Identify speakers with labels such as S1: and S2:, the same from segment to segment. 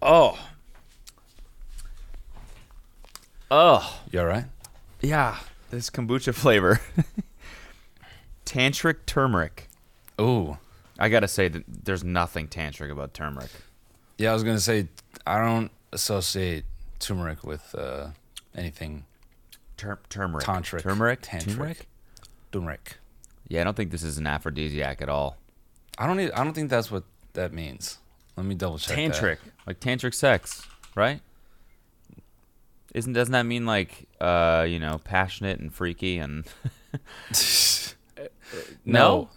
S1: Oh. Oh.
S2: You all right?
S1: Yeah. This kombucha flavor. tantric turmeric.
S2: Ooh.
S1: I got to say that there's nothing tantric about turmeric.
S2: Yeah, I was gonna say I don't associate turmeric with uh, anything
S1: Tur- turmeric.
S2: tantric.
S1: Turmeric?
S2: Tantric.
S1: Turmeric?
S2: Turmeric.
S1: Yeah, I don't think this is an aphrodisiac at all.
S2: I don't. e- I don't think that's what that means. Let me double check. that.
S1: tantric, like tantric sex, right? Isn't doesn't that mean like uh, you know, passionate and freaky and
S2: No.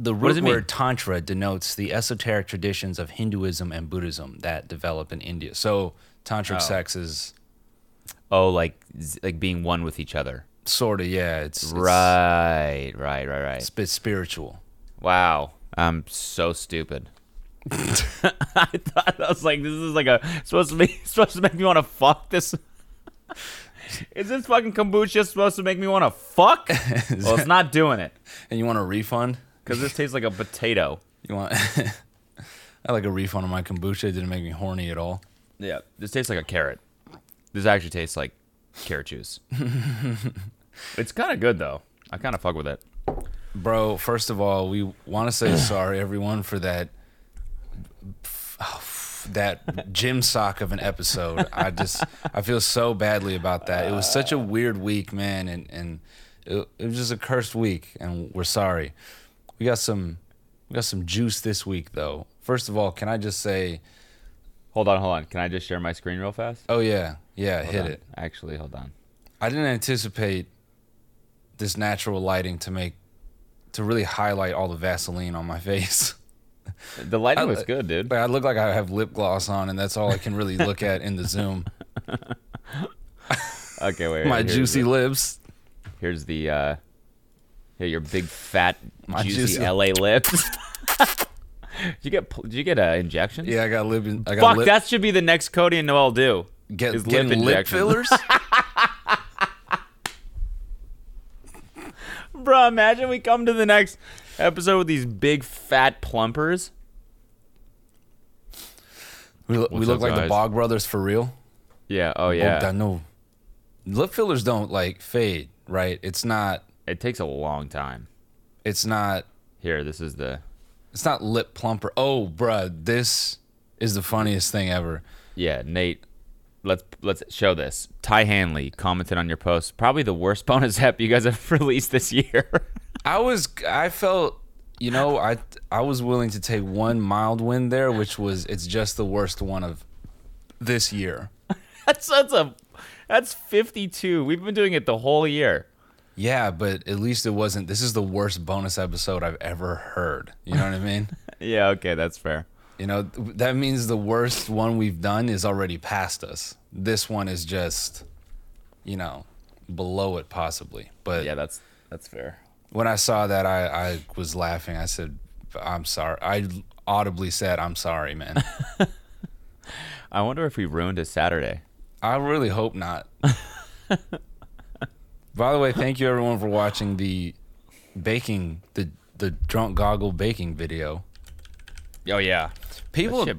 S2: The
S1: does
S2: root
S1: it mean?
S2: word tantra denotes the esoteric traditions of Hinduism and Buddhism that develop in India. So
S1: Oh.
S2: tantric sex is
S1: Oh, like z- like being one with each other.
S2: sort of yeah, it's, it's-
S1: Right, right, right, right.
S2: it's a bit spiritual.
S1: Wow, I'm so stupid. I thought I was like, this is like a supposed to be supposed to make me want to fuck this. is this fucking kombucha supposed to make me want to fuck? well, it's not doing it
S2: And you want a refund?
S1: because this tastes like a potato.
S2: You want? I like a refund on my kombucha. It didn't make me horny at all.
S1: Yeah, this tastes like a carrot. This actually tastes like carrot juice. it's kind of good though. I kind of fuck with it.
S2: Bro, first of all, we want to say sorry, everyone, for that that gym sock of an episode. I just I feel so badly about that. It was such a weird week, man, and and it, it was just a cursed week, and we're sorry. We got some we got some juice this week, though. First of all, can I just say,
S1: Hold on, hold on. Can I just share my screen real fast?
S2: oh yeah, yeah, hit
S1: Hold on.
S2: it.
S1: Actually, hold on.
S2: I didn't anticipate this natural lighting to make to really highlight all the Vaseline on my face.
S1: The lighting
S2: I-
S1: looks good, dude.
S2: But I look like I have lip gloss on, and that's all I can really look at in the Zoom.
S1: Okay, wait. wait,
S2: My
S1: here's
S2: juicy
S1: The,
S2: lips.
S1: here's the. uh Here, your big fat
S2: My
S1: juicy,
S2: juicy-
S1: LA lips. did you get? pl- Did you get uh, injections?
S2: Yeah, I got lip. I got
S1: Fuck,
S2: lip,
S1: that should be the next Cody and Noel do.
S2: get,
S1: is
S2: getting lip,
S1: injections.
S2: fillers.
S1: Bro, imagine we come to the next episode with these big fat plumpers.
S2: we look, we
S1: What's
S2: look
S1: up,
S2: like the
S1: guys?
S2: Bog Brothers for real.
S1: Yeah. Oh
S2: Oh, I know. Lip fillers don't like fade, right? It's not.
S1: it takes a long time.
S2: It's not.
S1: Here, this is the.
S2: It's not lip plumper. Oh, bruh, this is the funniest thing ever.
S1: Yeah, Nate. Let's let's show this. Ty Hanley commented on your post. Probably the worst bonus app you guys have released this year.
S2: I was I felt you know I I was willing to take one mild win there, which was it's just the worst one of this year.
S1: that's that's a that's 52. We've been doing it the whole year.
S2: Yeah, but at least it wasn't. This is the worst bonus episode I've ever heard. You know what I mean?
S1: Yeah, okay, that's fair.
S2: You know th- that means the worst one we've done is already past us. This one is just, you know, below it possibly. But
S1: Yeah, that's that's fair.
S2: when I saw that, I I was laughing. I said, "I'm sorry." I audibly said, "I'm sorry, man."
S1: I wonder if we ruined a Saturday.
S2: I really hope not. By the way, thank you everyone for watching the baking the the drunk goggle baking video.
S1: Oh yeah.
S2: People
S1: Shit,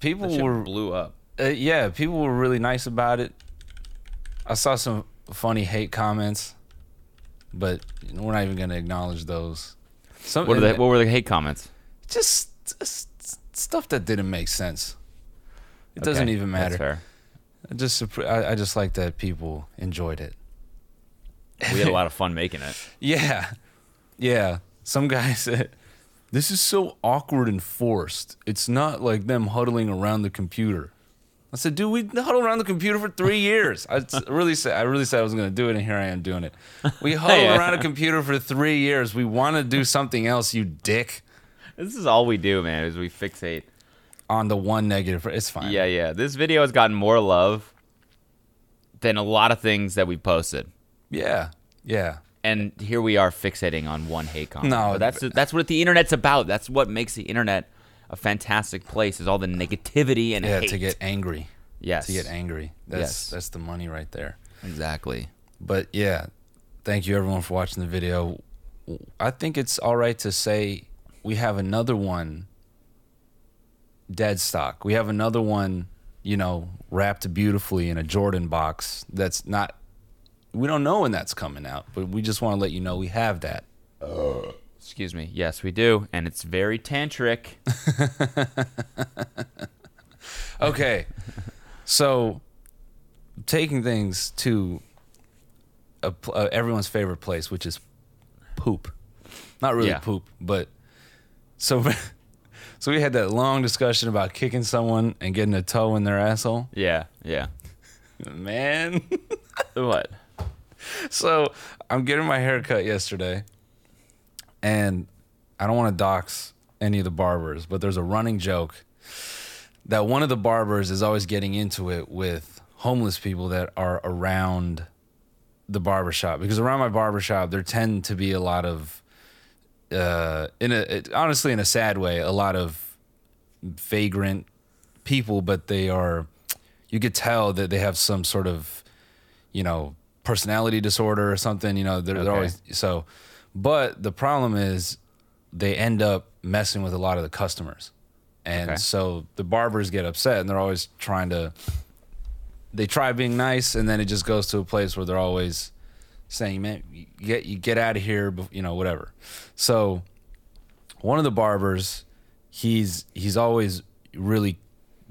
S2: people
S1: shit
S2: were
S1: blew up.
S2: uh, yeah, people were really nice about it. I saw some funny hate comments, but we're not even going to acknowledge those. Some
S1: What are the what were the hate comments?
S2: just, just stuff that didn't make sense. It doesn't
S1: Okay,
S2: even
S1: that's
S2: matter.
S1: fair.
S2: I just surpri- I, I just like that people enjoyed it.
S1: We had a lot of fun making it.
S2: Yeah. Yeah. Some guy said, This is so awkward and forced. It's not like them huddling around the computer. I said, dude, we huddled around the computer for three years. I s- really said I really said I was gonna do it and here I am doing it. We huddled
S1: Yeah.
S2: around a computer for three years. We wanna do something else, you dick.
S1: This is all we do, man, is we fixate.
S2: On the one negative it's fine.
S1: Yeah, yeah. This video has gotten more love than a lot of things that we posted.
S2: Yeah. Yeah.
S1: And here we are fixating on one hate comment.
S2: No,
S1: But that's that's what the internet's about. That's what makes the internet a fantastic place is all the negativity and
S2: Yeah,
S1: hate.
S2: to get angry.
S1: yes,
S2: To get angry. That's
S1: Yes.
S2: that's the money right there.
S1: exactly.
S2: But yeah, thank you everyone for watching the video. I think it's all right to say we have another one dead stock. We have another one, you know, wrapped beautifully in a Jordan box that's not we don't know when that's coming out, but we just want to let you know we have that.
S1: Excuse me. Yes, we do, and it's very tantric.
S2: Okay. so taking things to a, pl- uh, everyone's favorite place, which is poop. Not really
S1: Yeah.
S2: poop, but so so we had that long discussion about kicking someone and getting a toe in their asshole.
S1: Yeah, yeah.
S2: Man.
S1: What?
S2: so I'm getting my hair cut yesterday, and I don't want to dox any of the barbers, but there's a running joke that one of the barbers is always getting into it with homeless people that are around the barbershop because around my barbershop there tend to be a lot of uh in a it, honestly in a sad way a lot of vagrant people but they are you could tell that they have some sort of you know personality disorder or something you know they're, they're
S1: Okay.
S2: always so but the problem is they end up messing with a lot of the customers and
S1: Okay.
S2: so the barbers get upset and they're always trying to they try being nice and then it just goes to a place where they're always saying man you get you get out of here bef- you know whatever so one of the barbers he's he's always really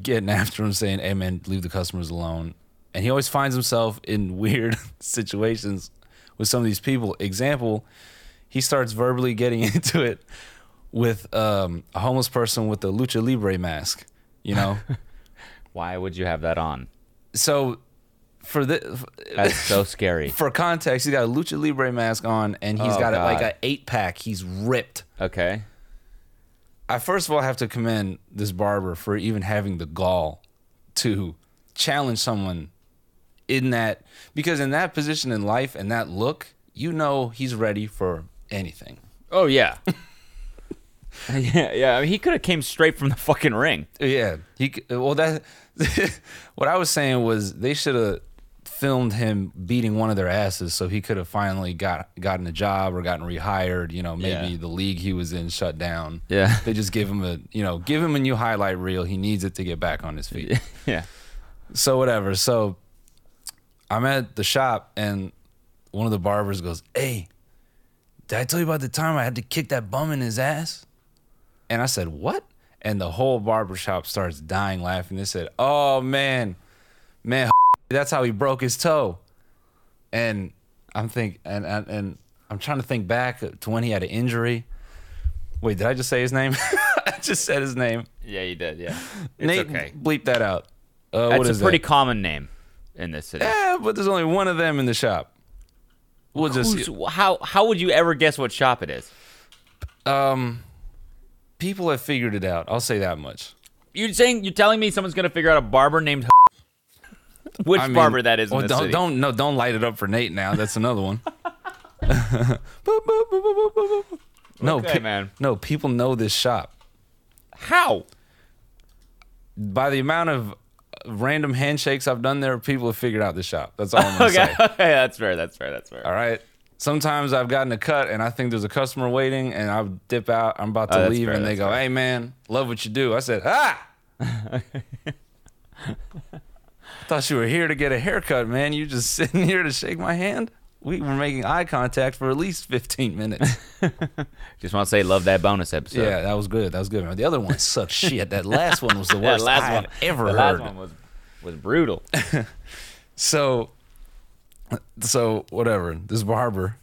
S2: getting after him saying hey man leave the customers alone and he always finds himself in weird situations with some of these people example he starts verbally getting into it with um, a homeless person with a lucha libre mask you know
S1: Why would you have that on?
S2: so for the
S1: That's so scary.
S2: for context, he's got a lucha libre mask on, and he's
S1: Oh,
S2: got a,
S1: God.
S2: like an eight pack. He's ripped.
S1: Okay.
S2: I first of all have to commend this barber for even having the gall to challenge someone in that because in that position in life and that look, you know he's ready for anything.
S1: Oh yeah. yeah, yeah. I mean, he could have came straight from the fucking ring.
S2: Yeah, he c- well that what I was saying was they should have filmed him beating one of their asses so he could have finally got gotten a job or gotten rehired, you know, maybe
S1: Yeah.
S2: the league he was in shut down.
S1: Yeah.
S2: They just give him a, you know, give him a new highlight reel. He needs it to get back on his feet.
S1: yeah.
S2: So whatever. So I'm at the shop and one of the barbers goes, "Hey, did I tell you about the time I had to kick that bum in his ass?" And I said, "What?" And the whole barber shop starts dying laughing. They said, "Oh man, man, that's how he broke his toe." And I'm think and and, and I'm trying to think back to when he had an injury. Wait, did I just say his name? I just said his name.
S1: Yeah, you did. Yeah. It's
S2: Nate,
S1: okay.
S2: bleep that out. Uh,
S1: That's
S2: what
S1: a
S2: is
S1: pretty
S2: that?
S1: common name in this city.
S2: Yeah, Eh, but there's only one of them in the shop. We'll just
S1: Who's- how how would you ever guess what shop it is?
S2: um, people have figured it out. I'll say that much.
S1: You're saying you're telling me someone's gonna figure out a barber named which
S2: I mean-
S1: barber that is in
S2: Well,
S1: this
S2: don't
S1: city.
S2: don't no, don't light it up for Nate now. That's another one. Boop, boop, boop, boop, boop, boop, boop. No,
S1: Okay, man.
S2: No, people know this shop
S1: How?
S2: by the amount of random handshakes I've done there. People have figured out this shop. That's all I'm gonna
S1: Okay.
S2: say.
S1: okay, that's fair. That's fair. That's fair.
S2: All right. Sometimes I've gotten a cut and I think there's a customer waiting and I'll dip out. I'm about
S1: Oh,
S2: to
S1: that's
S2: leave
S1: fair,
S2: and they
S1: that's
S2: go, "Hey man, love what you do." I said, "Ah." Thought you were here to get a haircut, man. You just sitting here to shake my hand. We were making eye contact for at least 15 minutes.
S1: Just want to say, love that bonus episode.
S2: yeah, that was good. That was good. man. The other one sucked shit. That last one was the
S1: That
S2: worst
S1: last
S2: I
S1: one
S2: have ever
S1: the last
S2: heard.
S1: one was was brutal.
S2: So, so whatever. This barber,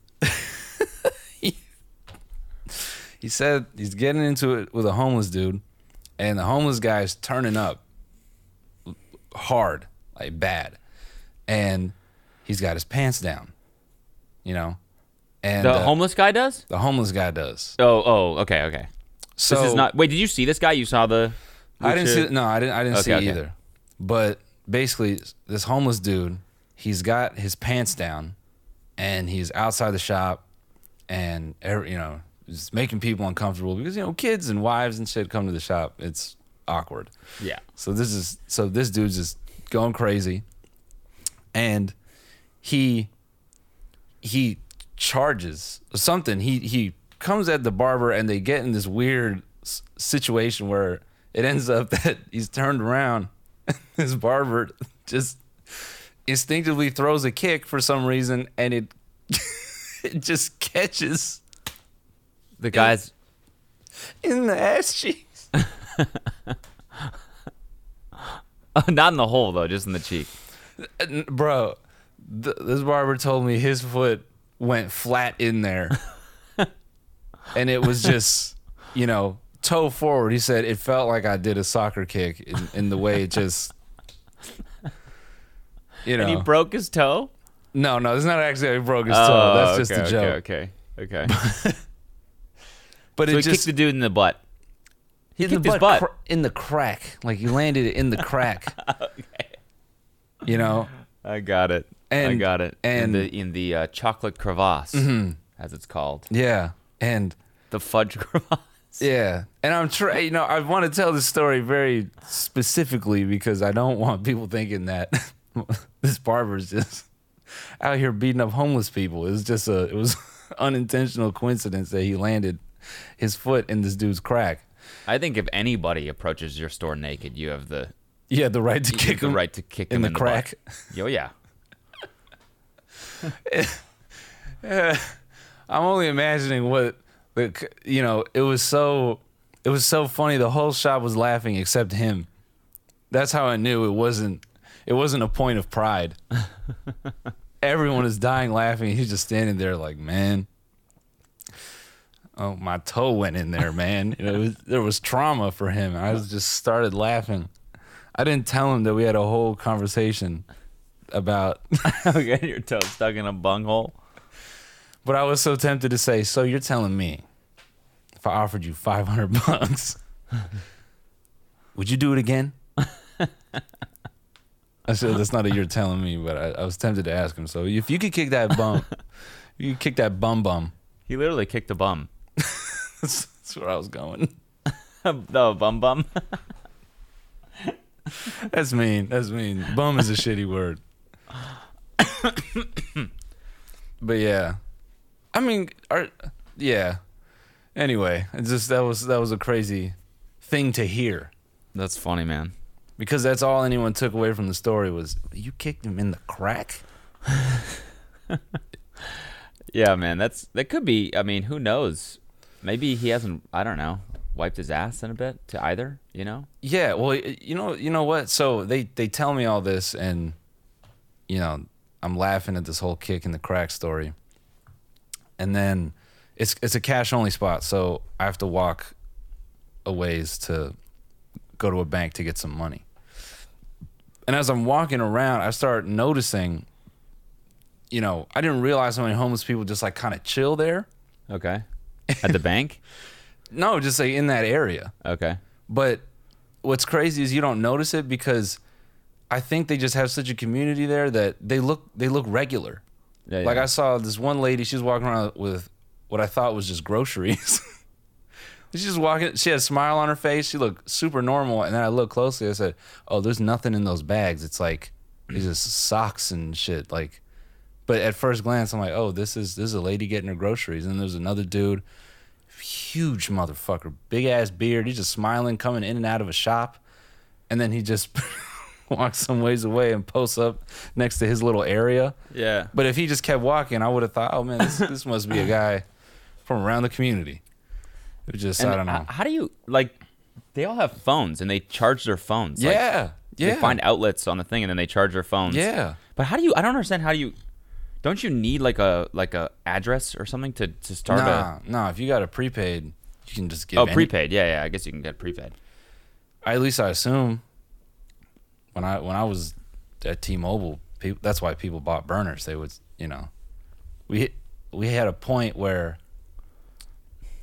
S2: he said he's getting into it with a homeless dude, and the homeless guy's turning up hard, like bad, and he's got his pants down, you know, and
S1: The
S2: uh,
S1: homeless guy does?
S2: the homeless guy does.
S1: Oh, oh, okay, okay.
S2: So
S1: this is not. Wait, did you see this guy? You saw the.
S2: I didn't see.
S1: Lucha-
S2: No, I didn't. I didn't
S1: Okay,
S2: see
S1: okay.
S2: either. But basically, this homeless dude, he's got his pants down, and he's outside the shop, and every, you know, just making people uncomfortable because you know kids and wives and shit come to the shop. It's awkward.
S1: Yeah.
S2: So this is so this dude's just going crazy, and he he charges something. He he comes at the barber, and they get in this weird s- situation where it ends up that he's turned around. His barber just instinctively throws a kick for some reason, and it it just catches
S1: The guy's
S2: in the ass cheeks.
S1: not in the hole though, just in the cheek.
S2: And, Bro, th- this barber told me his foot went flat in there, and it was just you know toe forward. He said it felt like I did a soccer kick in, in the way it just. You know,
S1: And he broke his toe. Oh,
S2: No, no, it's not actually how he broke his toe. That's just
S1: okay,
S2: a joke.
S1: Okay, okay, okay.
S2: But
S1: so he
S2: it
S1: kicked
S2: just
S1: the dude in the butt.
S2: he
S1: kicked his butt.
S2: cr- in the crack. Like he landed it in the crack. You know,
S1: I got it. I
S2: And-
S1: got it.
S2: and- Mm-hmm.
S1: in the in the uh, chocolate crevasse, as it's called,
S2: yeah, and
S1: the fudge crevasse.
S2: yeah, and I'm trying. You know, I want to tell this story very specifically because I don't want people thinking that this barber's just out here beating up homeless people. It was just a, it was unintentional coincidence that he landed his foot in this dude's crack.
S1: I think if anybody approaches your store naked, you have the
S2: You had the right to kick
S1: the
S2: him
S1: right to kick
S2: in
S1: them in
S2: the crack.
S1: The butt. Yo, yeah.
S2: I'm only imagining what the c- you know. It was so it was so funny. The whole shop was laughing except him. That's how I knew it wasn't it wasn't a point of pride. Everyone is dying laughing. He's just standing there like, man. Oh, my toe went in there, man. You know, it was, there was trauma for him. I was just started laughing. I didn't tell him that we had a whole conversation about
S1: okay, your toe stuck in a bunghole.
S2: But I was so tempted to say, "So you're telling me, if I offered you 500 bucks, would you do it again?" I said, "That's not a you're telling me," but I, I was tempted to ask him. So if you could kick that bum, you could kick that bum bum.
S1: He literally kicked a bum.
S2: That's, that's where I was going.
S1: the bum bum.
S2: That's mean. That's mean. Bum is a shitty word. but yeah, I mean, are, yeah. Anyway, it's just that was that was a crazy thing to hear
S1: That's funny, man.
S2: because that's all anyone took away from the story was you kicked him in the crack.
S1: Yeah, man. That's that could be. I mean, who knows? Maybe he hasn't. I don't know. Wiped his ass in a bit to either. You know.
S2: Yeah, well, y- you know, you know what? So they they tell me all this, and you know, I'm laughing at this whole kick in the crack story. And then it's it's a cash only spot, so I have to walk a ways to go to a bank to get some money. And as I'm walking around, I start noticing, you know, I didn't realize how many homeless people just like kind of chill there.
S1: Okay. At the bank.
S2: No, just like in that area.
S1: Okay.
S2: But what's crazy is you don't notice it because I think they just have such a community there that they look they look regular.
S1: Yeah,
S2: Like
S1: yeah.
S2: I saw this one lady, she was walking around with what I thought was just groceries. She's just walking. She had a smile on her face. She looked super normal. And then I looked closely. I said, "Oh, there's nothing in those bags. It's like it's just socks and shit." Like, but at first glance, I'm like, "Oh, this is this is a lady getting her groceries." And there's another dude, huge motherfucker, big ass beard. He's just smiling, coming in and out of a shop. And then he just walks some ways away and posts up next to his little area.
S1: yeah.
S2: But if he just kept walking, I would have thought, oh man, this, this must be a guy from around the community. It was just, I don't
S1: And
S2: know.
S1: h- How do you like? They all have phones and they charge their phones. Like,
S2: yeah. yeah.
S1: They find outlets on the thing and then they charge their phones.
S2: Yeah.
S1: But how do you? I don't understand how you. Don't you need like a like a address or something to to start a?
S2: Nah, nah, if you got a prepaid, you can just give
S1: Oh,
S2: any-
S1: prepaid. Yeah, yeah. I guess you can get prepaid.
S2: At least I assume. When I when I was at T-Mobile, people, that's why people bought burners. They would, you know, we we had a point where,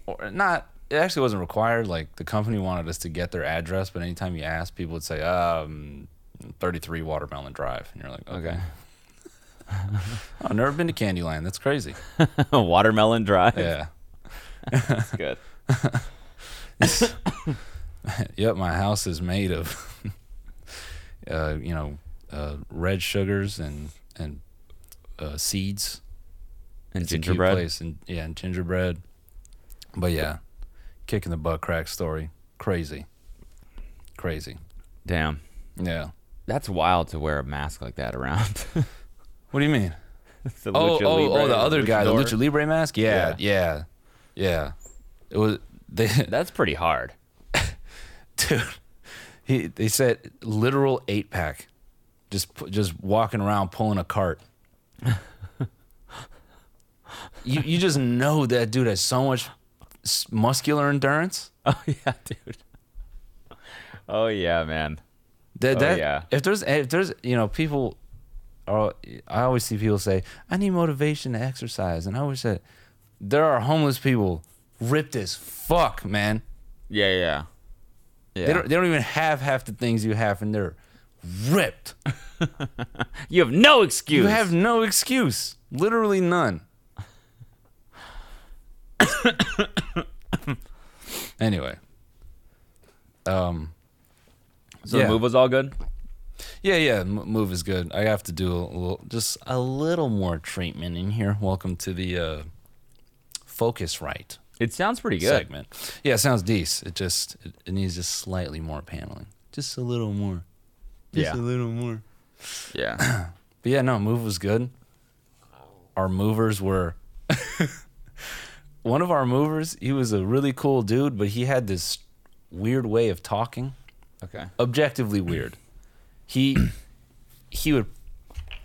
S2: or not. It actually wasn't required. Like the company wanted us to get their address, but anytime you asked, people would say, um, 33 Watermelon Drive, and you're like, okay. I've never been to Candyland. That's crazy.
S1: Watermelon Drive.
S2: Yeah.
S1: That's good.
S2: Yep, my house is made of, uh, you know, uh, red sugars and and uh, seeds.
S1: And
S2: It's a cute
S1: gingerbread.
S2: place and yeah, and gingerbread. But yeah, kicking the butt crack story, crazy. Crazy.
S1: Damn.
S2: Yeah.
S1: That's wild to wear a mask like that around.
S2: What do you mean?
S1: The
S2: Oh,
S1: Lucha
S2: oh,
S1: Libre
S2: oh, the other guy, the
S1: luchador.
S2: Lucha Libre mask. Yeah, yeah, yeah. It was they,
S1: That's pretty hard.
S2: dude. He they said literal eight pack, just pu- just walking around pulling a cart. you you just know that dude has so much s- muscular endurance.
S1: Oh yeah, dude. Oh yeah, man.
S2: That,
S1: Oh,
S2: that
S1: yeah.
S2: if there's if there's you know people are I always see people say I need motivation to exercise and I always said there are homeless people ripped as fuck man
S1: Yeah, yeah. Yeah.
S2: they don't they don't even have half the things you have and they're ripped
S1: you have no excuse.
S2: you have no excuse literally none anyway um
S1: so
S2: yeah.
S1: the move was all good.
S2: Yeah, yeah, m- move is good. I have to do a little, just a little more treatment in here. Welcome to the uh, focus right
S1: It sounds pretty good.
S2: segment. Yeah, it sounds decent. It just it, it needs just slightly more paneling, just a little more, just
S1: Yeah.
S2: a little more.
S1: Yeah.
S2: But yeah, no, move was good. Our movers were. One of our movers, he was a really cool dude, but he had this weird way of talking
S1: okay.
S2: objectively weird. He he would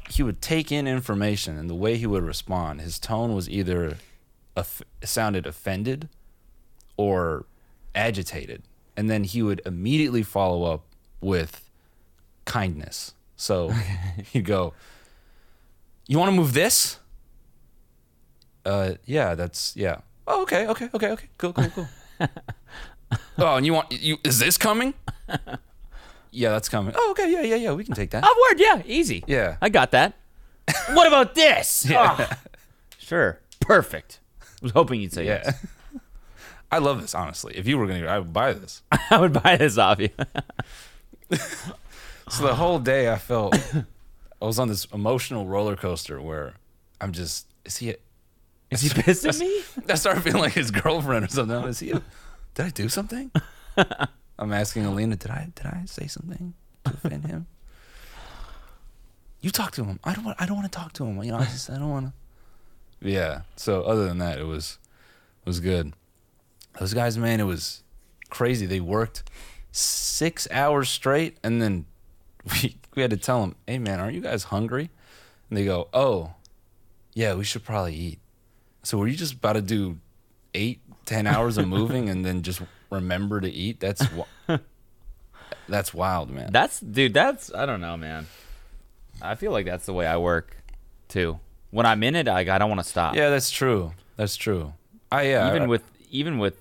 S2: he would take in information and the way he would respond, his tone was either off- sounded offended or agitated, and then he would immediately follow up with kindness. So he'd go, "You want to move this?" Uh, yeah, that's yeah. Oh, okay, okay, okay, okay. Cool, cool, cool. oh, and you want you is this coming? Yeah, that's coming. Oh, okay. Yeah, yeah, yeah. We can take that.
S1: Oh, word. Yeah, easy.
S2: Yeah.
S1: I got that. what about this? Ah. sure. Perfect. I was hoping you'd say
S2: Yeah.
S1: yes.
S2: I love this, honestly. If you were going to, I would buy this.
S1: I would buy this off you.
S2: So the whole day I felt I was on this emotional roller coaster where I'm just, is he,
S1: Is he pissed at me?
S2: I started feeling like his girlfriend or something. I'm like, Is he, did I do something? I'm asking Alina, did I, did I say something to offend him? You talk to him. I don't want, I don't want to talk to him. You know, I just, I don't want to. Yeah. So other than that, it was, it was good. Those guys, man, it was crazy. They worked six hours straight, and then we we had to tell them, "Hey, man, aren't you guys hungry?" And they go, "Oh, yeah, we should probably eat." So were you just about to do eight, ten hours of moving, and then just remember to eat? That's wi- that's wild, man.
S1: That's dude. That's I don't know, man. I feel like that's the way I work, too. When I'm in it, I, I don't want to stop.
S2: yeah, that's true. That's true. I uh, yeah.
S1: Even
S2: I-
S1: with even with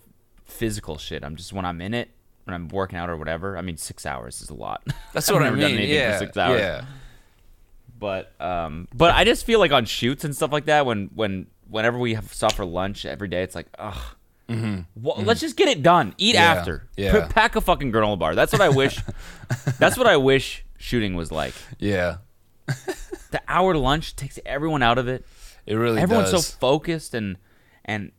S1: physical shit, I'm just when I'm in it, when I'm working out or whatever. I mean, six hours is a lot.
S2: that's
S1: I've
S2: what I
S1: never done
S2: mean.
S1: anything for
S2: Yeah,
S1: six hours.
S2: yeah.
S1: but um, but I just feel like on shoots and stuff like that, when when whenever we have stop for lunch every day, it's like ugh. Wha- Let's just get it done. Eat
S2: Mm-hmm. Yeah,
S1: after.
S2: yeah.
S1: P- pack a fucking granola bar. That's what I wish. that's what I wish shooting was like.
S2: Yeah.
S1: The hour lunch takes everyone out of it.
S2: It really
S1: everyone's
S2: does.
S1: so focused and and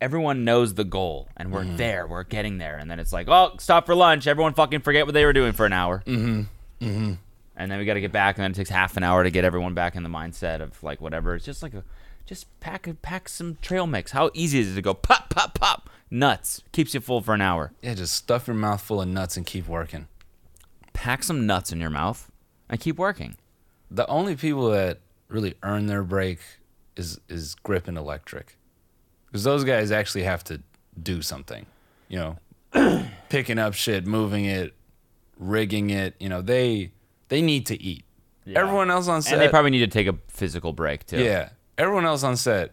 S1: everyone knows the goal and we're
S2: Mm-hmm.
S1: there we're getting there and then it's like oh stop for lunch everyone fucking forget what they were doing for an hour mm-hmm. Mm-hmm. and then we got to get back and then it takes half an hour to get everyone back in the mindset of like whatever it's just like a just pack a pack some trail mix how easy is it to go pop pop pop nuts keeps you full for an hour
S2: yeah, just stuff your mouth full of nuts and keep working.
S1: pack some nuts in your mouth and keep working
S2: the only people that really earn their break is is grip and electric because those guys actually have to do something you know picking up shit moving it rigging it you know they they need to eat everyone else on set
S1: and they probably need to take a physical break too
S2: yeah everyone else on set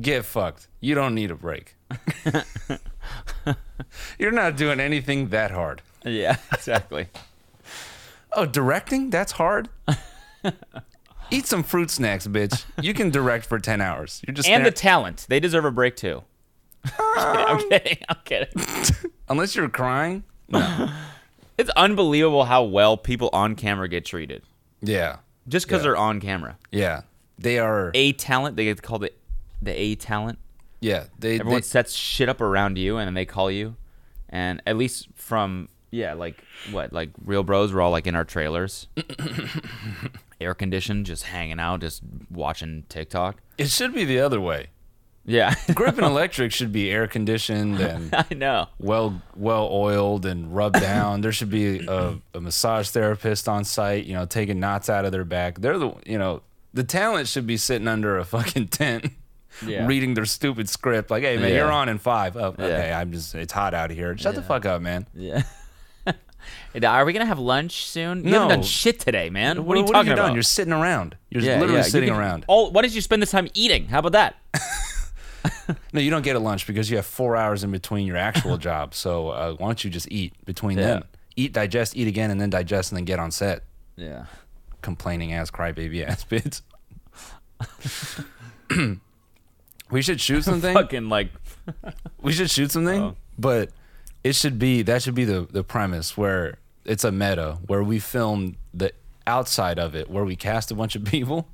S2: get fucked you don't need a break you're not doing anything that hard
S1: yeah exactly
S2: Oh, directing? That's hard. Eat some fruit snacks, bitch. You can direct for ten hours. You're just
S1: and the
S2: staring-
S1: talent. They deserve a break too. I'm kidding. I'm kidding. I'm kidding.
S2: unless you're crying.
S1: It's unbelievable how well people on camera get treated
S2: Yeah,
S1: just because
S2: Yeah.
S1: they're on camera.
S2: yeah. They are.
S1: A talent. They get called the the A talent.
S2: Yeah, they.
S1: Everyone
S2: they
S1: sets shit up around you, and then they call you. And at least from Yeah, like what? Like real bros were all like in our trailers, air conditioned, just hanging out, just watching TikTok.
S2: It should be the other way.
S1: Yeah,
S2: Griffin Electric should be air conditioned and
S1: I know.
S2: well well oiled and rubbed down. There should be a, a massage therapist on site, you know, taking knots out of their back. They're the you know the talent should be sitting under a fucking tent.
S1: Yeah.
S2: Reading their stupid script, like, "Hey man,
S1: Yeah.
S2: you're on in five. Oh, okay,
S1: Yeah.
S2: I'm just—it's hot out here. Shut the fuck up, man.
S1: Yeah. Hey, Are we gonna have lunch soon? You
S2: No.
S1: haven't done shit today, man. What are you
S2: have
S1: talking
S2: you
S1: about?
S2: Done? You're sitting around. You're
S1: Yeah,
S2: literally
S1: yeah, you
S2: sitting
S1: could-
S2: around.
S1: All, why did you spend this time eating? How about that?
S2: No, you don't get a lunch because you have four hours in between your actual job. So uh, why don't you just eat between
S1: Yeah.
S2: them? Eat, digest, eat again, and then digest, and then get on set.
S1: Yeah.
S2: Complaining ass, crybaby ass bitch. we should shoot something.
S1: Fucking like.
S2: We should shoot something, but it should be that should be the the premise where it's a meta where we film the outside of it where we cast a bunch of people.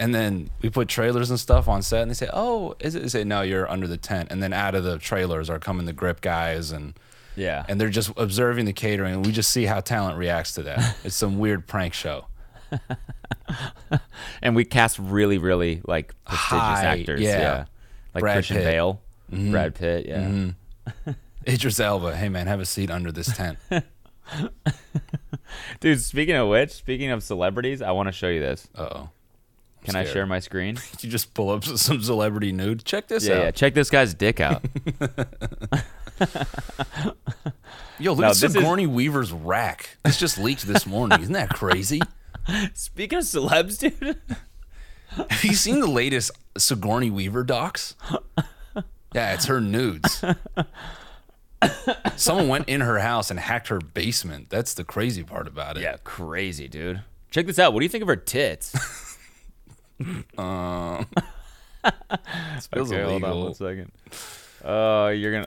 S2: And then we put trailers and stuff on set, and they say, "Oh, is it?" They say, "No, you're under the tent." And then out of the trailers are coming the grip guys, and
S1: Yeah.
S2: and they're just observing the catering, and we just see how talent reacts to that. It's some weird prank show.
S1: and we cast really, really like prestigious
S2: High,
S1: actors.
S2: yeah.
S1: Yeah. Like
S2: Brad
S1: Christian
S2: Pitt. Mm-hmm.
S1: Bale, Brad Pitt. Yeah.
S2: Idris Elba, hey man, have a seat under this tent.
S1: Dude, speaking of which, speaking of celebrities, I want to show you this.
S2: Uh oh,
S1: Can I
S2: scared.
S1: share my screen?
S2: you just pull up some celebrity nude. Check this
S1: Yeah,
S2: out.
S1: yeah. Check this guy's dick out.
S2: Yo, look
S1: No,
S2: at
S1: this is-
S2: Sigourney Weaver's rack. This just leaked this morning. Isn't that crazy?
S1: speaking of celebs, dude.
S2: Have you seen the latest Sigourney Weaver docs? Yeah, it's her nudes. Someone went in her house and hacked her basement. That's the crazy part about it.
S1: Yeah, crazy, dude. Check this out. What do you think of her tits?
S2: it feels
S1: hold on
S2: illegal.
S1: one second. Uh, you're gonna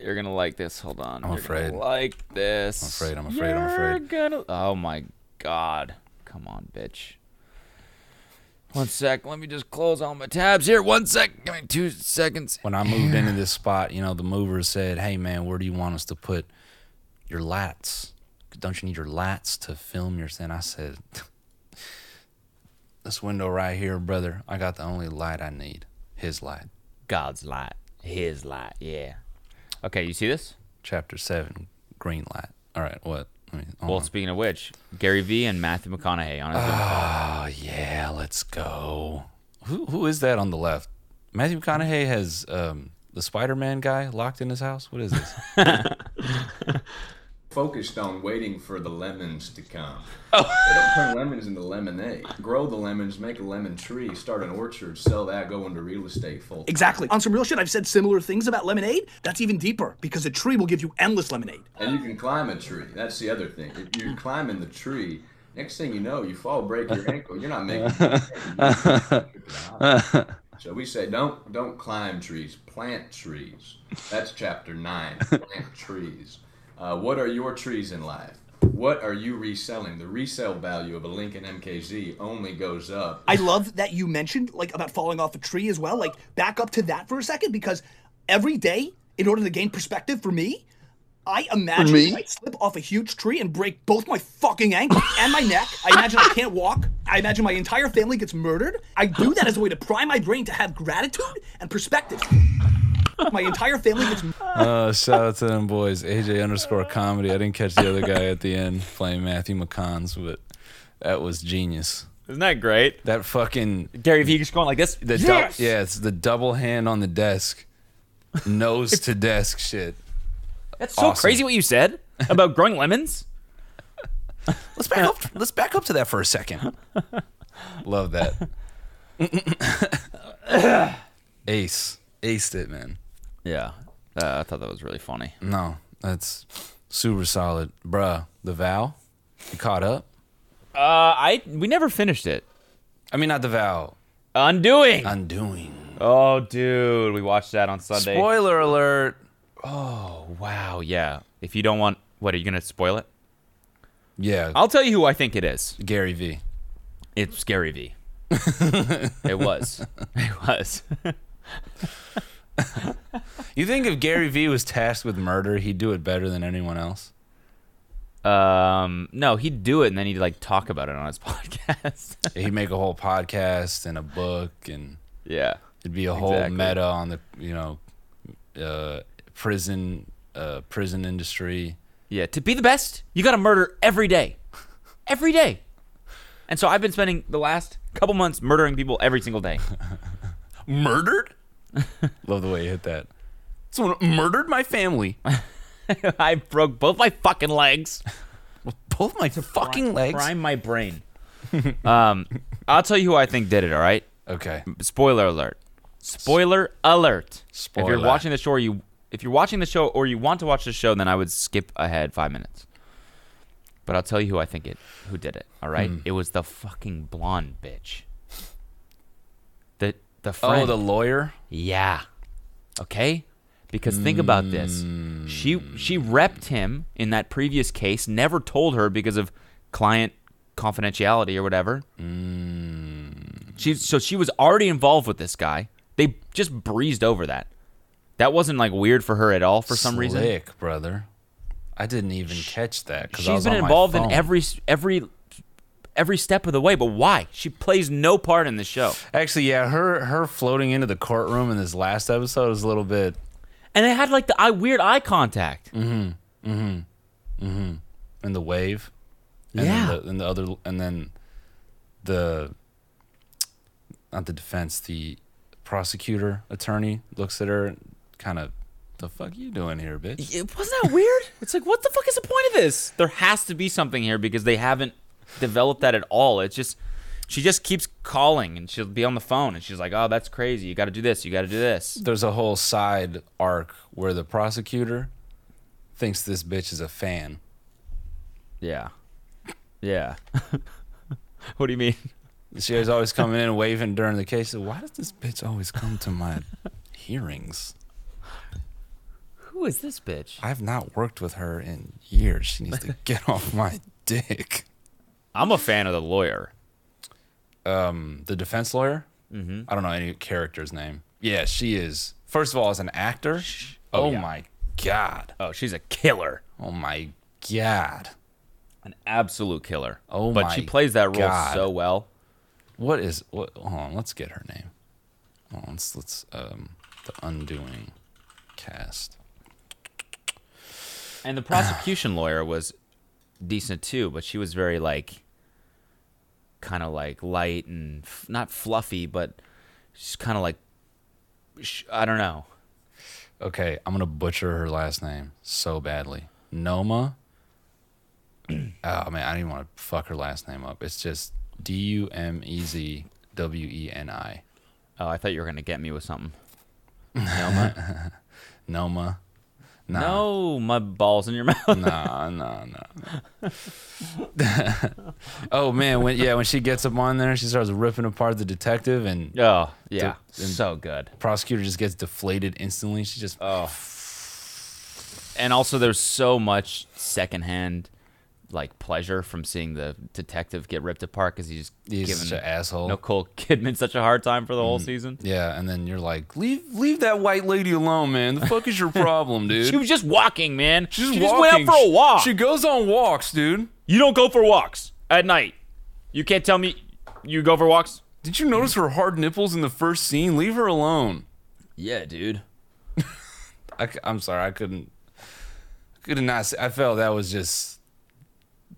S1: you're gonna like this. Hold on. I'm
S2: afraid.
S1: like this. I'm
S2: afraid, I'm afraid, I'm afraid.
S1: Gonna... Oh my god! Come on, bitch. One sec. Let me just close all my tabs here. One sec. Give me two seconds.
S2: when I moved into this spot, you know, the movers said, "Hey, man, where do you want us to put your lats? Don't you need your lats to film your?" And I said, "This window right here, brother. I got the only light I need. His light."
S1: God's light. His light. Yeah. Okay. You see this?
S2: Chapter seven, green light. All right, what? oh, I mean, hold
S1: Well,
S2: on.
S1: speaking of which, Gary Vee and Matthew McConaughey on his
S2: oh yeah, let's go. Who who is that on the left? Matthew McConaughey has um, the Spider-Man guy locked in his house. What is this?
S3: focused on waiting for the lemons to come. They don't turn lemons into lemonade. Grow the lemons, make a lemon tree, start an orchard, sell that, go into real estate full.
S4: Exactly. On some real shit, I've said similar things about lemonade. That's even deeper because a tree will give you endless lemonade.
S3: And you can climb a tree. That's the other thing. If you're climbing the tree, next thing you know, you fall, break your ankle. You're not making. so we say don't don't climb trees, plant trees. That's chapter nine. Plant trees. Uh, what are your trees in life? What are you reselling? The resale value of a Lincoln MKZ only goes up.
S4: I love that you mentioned like about falling off a tree as well. Like back up to that for a second because every day, in order to gain perspective for me, I imagine I slip off a huge tree and break both my fucking ankles and my neck. I imagine I can't walk. I imagine my entire family gets murdered. I do that as a way to prime my brain to have gratitude and perspective. My entire family gets
S2: Uh, shout out to them boys, AJ underscore comedy. I didn't catch the other guy at the end playing Matthew McCons, but that was genius.
S1: Isn't that great?
S2: That fucking
S1: Gary Vee just going like this.
S2: the dou- yeah, it's the double hand on the desk, nose to desk shit.
S1: That's so
S2: awesome.
S1: crazy what you said about growing lemons.
S2: Let's back up. Let's back up to that for a second. Love that. Ace, aced it, man.
S1: Yeah. Uh, I thought that was really funny.
S2: No, that's super solid, bruh. The vow, you caught up.
S1: Uh, I we never finished it.
S2: I mean, not the vow.
S1: Undoing.
S2: Undoing.
S1: oh, dude, we watched that on Sunday.
S2: Spoiler alert.
S1: wow, yeah. If you don't want, what are you gonna spoil it?
S2: Yeah,
S1: I'll tell you who I think it is.
S2: Gary V.
S1: It's Gary V. it was. It was.
S2: You think if Gary V was tasked with murder, he'd do it better than anyone else?
S1: Um, no, he'd do it and then he'd like talk about it on his podcast.
S2: He'd make a whole podcast and a book, and
S1: yeah.
S2: it'd be a whole
S1: Exactly.
S2: meta on the you know uh, prison uh, prison industry.
S1: Yeah, to be the best, you got to murder every day. Every day. And so I've been spending the last couple months murdering people every single day.
S2: Murdered. Love the way you hit that. Someone murdered my family.
S1: I broke both my fucking legs.
S2: Both my fucking legs.
S1: Prime my brain. um, I'll tell you who I think did it, all right?
S2: Okay.
S1: Spoiler alert. Spoiler alert. If
S2: Spoiler.
S1: you're watching the show or you if you're watching the show or you want to watch the show, then I would skip ahead 5 minutes. But I'll tell you who I think it who did it, all right? It was the fucking blonde bitch. The the friend.
S2: Oh, the lawyer.
S1: Yeah. Okay? Because think about this. She she repped him in that previous case, never told her because of client confidentiality or whatever.
S2: Mm.
S1: She so she was already involved with this guy. They just breezed over that. That wasn't like weird for her at all for some reason.
S2: Slick, brother. I didn't even catch that because
S1: She's been involved in every s- every every step of the way, but why? She plays no part in the show.
S2: Actually, yeah, her her floating into the courtroom in this last episode was a little bit.
S1: And they had like the eye weird eye contact.
S2: and the wave. And
S1: Yeah.
S2: Then the, and the other, and then the not the defense, the prosecutor attorney looks at her, kind of, the fuck you doing here, bitch?
S1: It wasn't that weird? It's like, what the fuck is the point of this? There has to be something here because they haven't developed that at all. It's just she just keeps calling and she'll be on the phone and she's like, "Oh, that's crazy. You got to do this. You got to do this."
S2: There's a whole side arc where the prosecutor thinks this bitch is a fan.
S1: Yeah, yeah. what do you mean?
S2: She was always coming in and waving during the case. Why does this bitch always come to my hearings?
S1: Who is this bitch?
S2: I've not worked with her in years. She needs to get off my dick.
S1: I'm a fan of the lawyer.
S2: the defense lawyer. Mm-hmm. I don't know any character's name. Yeah, she is. First of all, as an actor. Oh,
S1: yeah.
S2: my god.
S1: Oh, she's a killer,
S2: Oh my god.
S1: an absolute killer.
S2: Oh
S1: but
S2: my
S1: she plays that role
S2: God.
S1: so well.
S2: What is what? Hold on. Let's get her name. Hold on, let's let's um the undoing cast.
S1: And the prosecution lawyer was decent too, but she was very like, kind of like light and f- not fluffy, but she's kind of like, sh- I don't know.
S2: Okay, I'm gonna butcher her last name so badly. Noma. oh man, I don't even want to fuck her last name up. It's just D U M E Z W E N I.
S1: Oh, I thought you were gonna get me with something.
S2: Noma. Nah.
S1: No, my balls in your mouth. Oh,
S2: nah, nah, nah. oh man, when yeah, when she gets up on there, she starts ripping apart the detective, and
S1: Oh, yeah,
S2: Dude, and-
S1: so good.
S2: prosecutor just gets deflated instantly. She just
S1: And also, there's so much secondhand like pleasure from seeing the detective get ripped apart because he's,
S2: he's
S1: giving
S2: such Mm-hmm. an asshole.
S1: Nicole Kidman such a hard time for the whole season.
S2: Yeah, and then you're like, leave leave that white lady alone, man. The fuck is your problem, dude?
S1: She was just walking, man.
S2: She's
S1: she just went out for a
S2: She-
S1: walk.
S2: She goes on walks, dude.
S1: You don't go for walks at night. You can't tell me you go for walks.
S2: Did you notice her hard nipples in the first scene? Leave her alone.
S1: Yeah, dude.
S2: I, am sorry, I couldn't. Could not. say- I felt that was just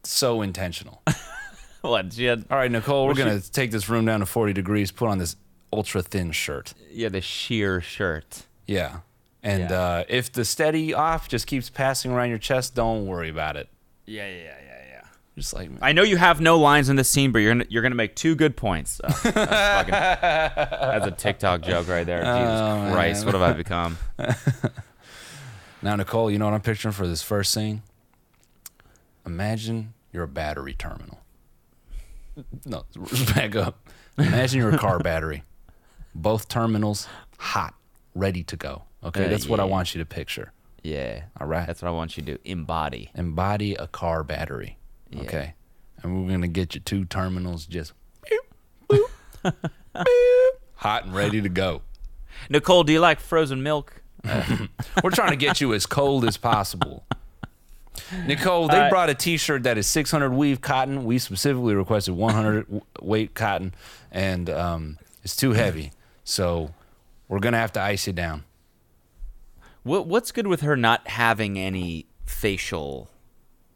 S2: so intentional.
S1: What? She had
S2: All right, Nicole, we're gonna take this room down to 40 degrees. Put on this ultra thin shirt.
S1: yeah the sheer shirt.
S2: Yeah, and
S1: Yeah.
S2: Uh, if the steady off just keeps passing around your chest, don't worry about it.
S1: Yeah, yeah, yeah, yeah.
S2: Just like man,
S1: I know you have no lines in this scene, but you're gonna you're gonna make two good points. Oh, that's, fucking, that's a TikTok joke right there. Jesus Christ, what have I become?
S2: now, Nicole, you know what I'm picturing for this first scene? Imagine you're a battery terminal. No, back up. Imagine you're a car battery. Both terminals hot, ready to go. Okay,
S1: Uh,
S2: that's what I
S1: yeah.
S2: want you to picture.
S1: Yeah.
S2: All right.
S1: That's what I want you to do. Embody.
S2: embody a car battery. Okay. And we're gonna get you two terminals just beep, boop, beep, hot and ready to go.
S1: Nicole, do you like frozen milk?
S2: We're trying to get you as cold as possible. Nicole, they brought a T-shirt that is 600 weave cotton. We specifically requested 100 w- weight cotton, and um, it's too heavy, so we're gonna have to ice it down.
S1: What what's good with her not having any facial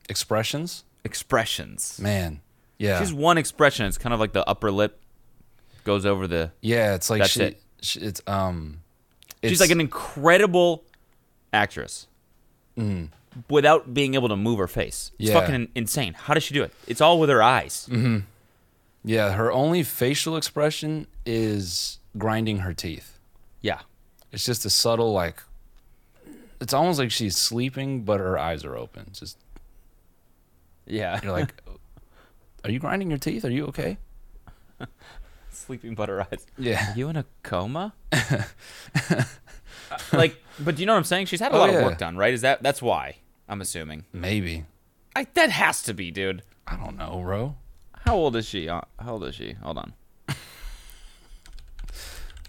S2: Expressions,
S1: expressions?
S2: man. Yeah,
S1: She's one expression. It's kind of like the upper lip goes over the.
S2: yeah. It's like
S1: That's
S2: she,
S1: it.
S2: she- it's um,
S1: She's
S2: it's-
S1: like an incredible actress. Without being able to move her face, it's
S2: Yeah.
S1: fucking insane. How does she do it? It's all with her eyes.
S2: yeah. Her only facial expression is grinding her teeth.
S1: Yeah,
S2: It's just a subtle like. It's almost like she's sleeping, but her eyes are open. It's just
S1: yeah.
S2: you're like, are you grinding your teeth? Are you okay?
S1: Sleeping but her eyes.
S2: Yeah.
S1: Are you in a coma? Uh, like, but do you know what I'm saying? She's had a
S2: Oh,
S1: lot
S2: yeah.
S1: of work done, right? Is that that's why? I'm assuming.
S2: Maybe.
S1: I, that has to be, dude.
S2: I don't know, bro.
S1: How old is she? Uh, how old is she? Hold on.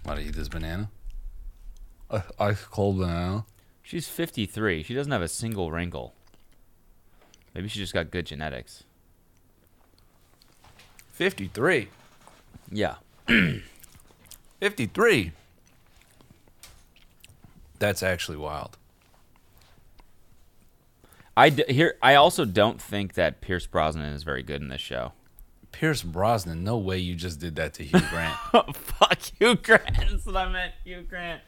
S2: Why do you eat this banana? I ice cold banana.
S1: She's 53. She doesn't have a single wrinkle. Maybe she just got good genetics.
S2: 53.
S1: Yeah.
S2: 53. That's actually wild.
S1: I d- here. I also don't think that Pierce Brosnan is very good in this show.
S2: Pierce Brosnan, no way you just did that to Hugh Grant.
S1: Oh, Fuck you, Grant. That's what I meant. You, Grant.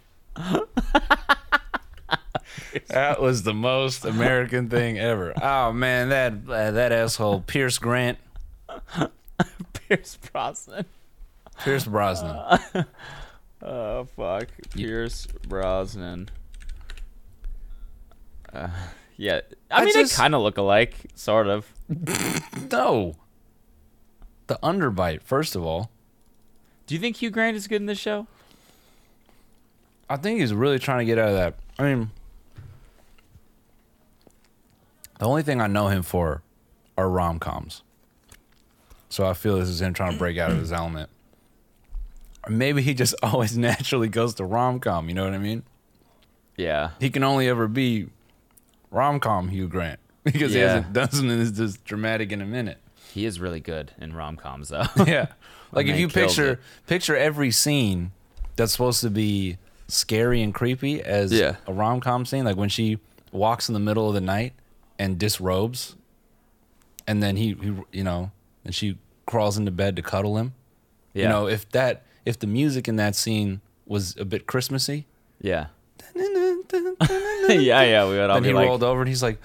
S2: that was the most American thing ever. Oh man, that uh, that asshole Pierce Grant,
S1: Pierce Brosnan.
S2: Pierce Brosnan.
S1: Oh fuck, Pierce Brosnan. Uh, yeah, I,
S2: I
S1: mean
S2: just-
S1: they kind of look alike, sort of.
S2: No. The underbite, first of all.
S1: Do you think Hugh Grant is good in this show?
S2: I think he's really trying to get out of that. I mean, the only thing I know him for are rom coms. So I feel this is him trying to break out of his element. Or maybe he just always naturally goes to rom com. You know what I mean?
S1: Yeah,
S2: He can only ever be rom com Hugh Grant because he
S1: Yeah.
S2: hasn't done something that's just dramatic in a minute.
S1: he is really good in rom coms though.
S2: Yeah. Like if
S1: man
S2: you
S1: killed
S2: picture
S1: it.
S2: picture every scene that's supposed to be scary and creepy as
S1: Yeah.
S2: a rom com scene, like when she walks in the middle of the night and disrobes, and then he, he you know, and she crawls into bed to cuddle him.
S1: yeah,
S2: You know, if that if the music in that scene was a bit Christmassy,
S1: yeah, yeah, yeah. We would all
S2: then
S1: be
S2: he
S1: like,
S2: rolled over and he's like,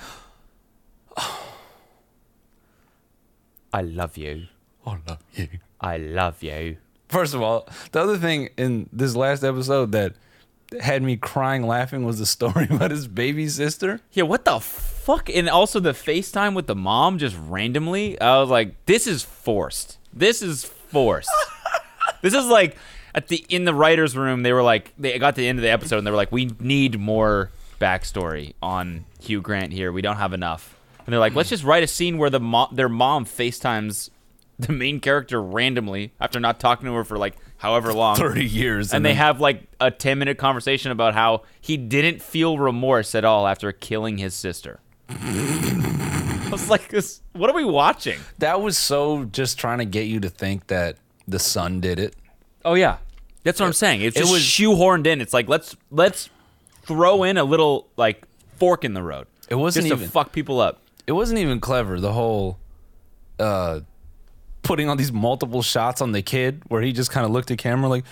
S1: "I love you,
S2: "Oh, I love you."
S1: I love you."
S2: First of all, the other thing in this last episode that had me crying laughing was the story about his baby sister.
S1: Yeah, what the fuck? And also the FaceTime with the mom just randomly. I was like, this is forced. This is forced. this is like at the in the writers' room. They were like, they got to the end of the episode and they were like, we need more backstory on Hugh Grant here. We don't have enough. And they're like, let's just write a scene where the mo- their mom FaceTimes the main character randomly after not talking to her for like however long
S2: 30 years.
S1: and they
S2: then-
S1: have like a 10 minute conversation about how he didn't feel remorse at all after killing his sister. I was like, this, what are we watching?
S2: That was so just trying to get you to think that the son did it.
S1: Oh yeah, that's what I'm saying. It's
S2: it
S1: just
S2: was-
S1: shoehorned in. It's like let's let's throw in a little like fork in the road.
S2: It wasn't
S1: just
S2: even-
S1: to fuck people up.
S2: It wasn't even clever, the whole uh putting all these multiple shots on the kid where he just kind of looked at camera like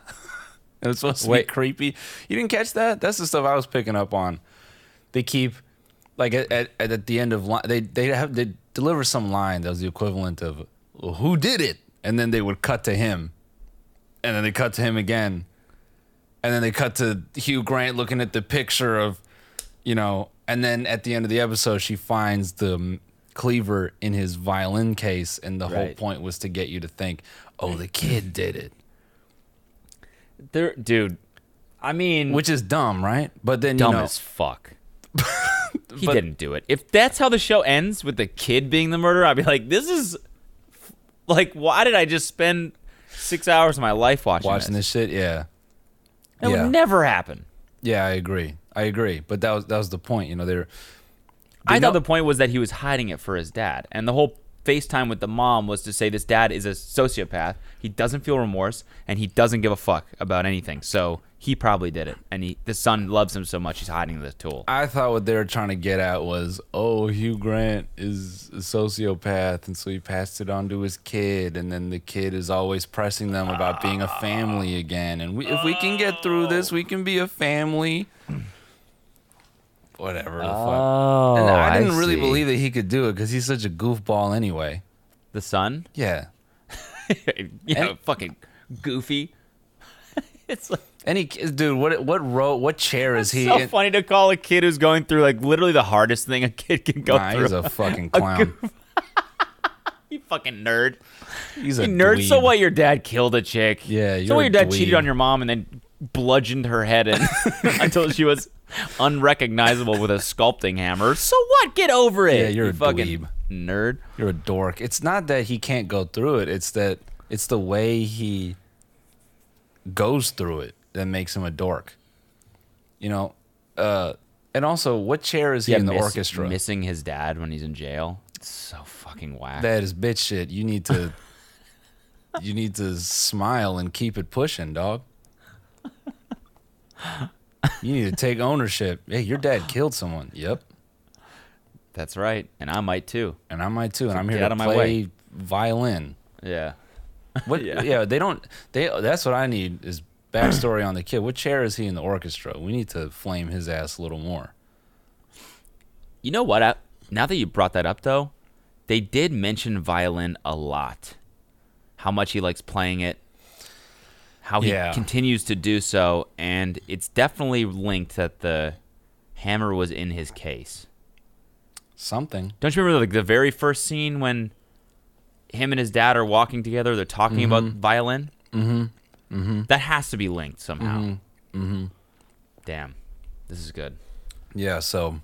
S2: it was supposed to
S1: Wait.
S2: be creepy. You didn't catch that? That's the stuff I was picking up on. They keep like at at, at the end of line they they have they deliver some line that was the equivalent of "Well, who did it? And then they would cut to him. And then they cut to him again. And then they cut to Hugh Grant looking at the picture of you know, and then at the end of the episode, she finds the m- cleaver in his violin case, and the whole
S1: Right.
S2: point was to get you to think, oh, the kid did it,
S1: There, dude. I mean,
S2: which is dumb, right? But then
S1: dumb
S2: you know,
S1: as fuck. he didn't do it. If that's how the show ends with the kid being the murderer, I'd be like, this is like, why did I just spend six hours of my life watching,
S2: watching this shit, yeah,
S1: It
S2: yeah.
S1: would never happen.
S2: yeah, I agree, I agree. But that was that was the point, you know. They're
S1: I
S2: know-
S1: thought the point was that he was hiding it for his dad, and the whole FaceTime with the mom was to say this dad is a sociopath. He doesn't feel remorse, and he doesn't give a fuck about anything. So he probably did it, and he the son loves him so much he's hiding the tool.
S2: I thought what they were trying to get at was, oh, Hugh Grant is a sociopath, and so he passed it on to his kid, and then the kid is always pressing them about being a family again. And we, if we can get through this, we can be a family. Whatever the fuck. And Oh, I
S1: I
S2: didn't really
S1: see.
S2: believe that he could do it because he's such a goofball anyway.
S1: The son,
S2: Yeah.
S1: you know, fucking goofy. it's like.
S2: Any dude, what what row, what chair is he?
S1: so
S2: in?
S1: funny to call a kid who's going through like literally the hardest thing a kid can go
S2: Nah,
S1: through.
S2: he's a fucking clown.
S1: you fucking nerd.
S2: He's a
S1: You nerd. So
S2: dweeb.
S1: what? Your dad killed a chick.
S2: Yeah,
S1: So
S2: you're
S1: what?
S2: a
S1: Your dad cheated
S2: dweeb.
S1: on your mom and then bludgeoned her head in until she was unrecognizable with a sculpting hammer. So what? Get over it.
S2: Yeah, you're
S1: you
S2: a
S1: fucking
S2: dweeb.
S1: nerd.
S2: You're a dork. It's not that he can't go through it. It's that it's the way he goes through it that makes him a dork. You know, uh, and also, what chair is he in the
S1: miss-
S2: orchestra?
S1: missing his dad when he's in jail. It's so fucking whack.
S2: That is bitch shit. You need to, you need to smile and keep it pushing, dog. You need to take ownership. Hey, your dad killed someone. Yep,
S1: That's right. And I might too.
S2: and I might too. And I'm here
S1: get out
S2: to
S1: of my
S2: play
S1: way.
S2: violin.
S1: Yeah.
S2: What? Yeah. they don't. They. That's what I need is backstory on the kid. What chair is he in the orchestra? We need to flame his ass a little more.
S1: You know what? I, now that you brought that up, though, they did mention violin a lot. How much he likes playing it, how he
S2: Yeah.
S1: continues to do so, and it's definitely linked that the hammer was in his case.
S2: Something.
S1: Don't you remember like the very first scene when him and his dad are walking together? They're talking about violin. Mm-hmm. Mm-hmm. That has to be linked somehow. Mm-hmm. Damn, this is good.
S2: Yeah. So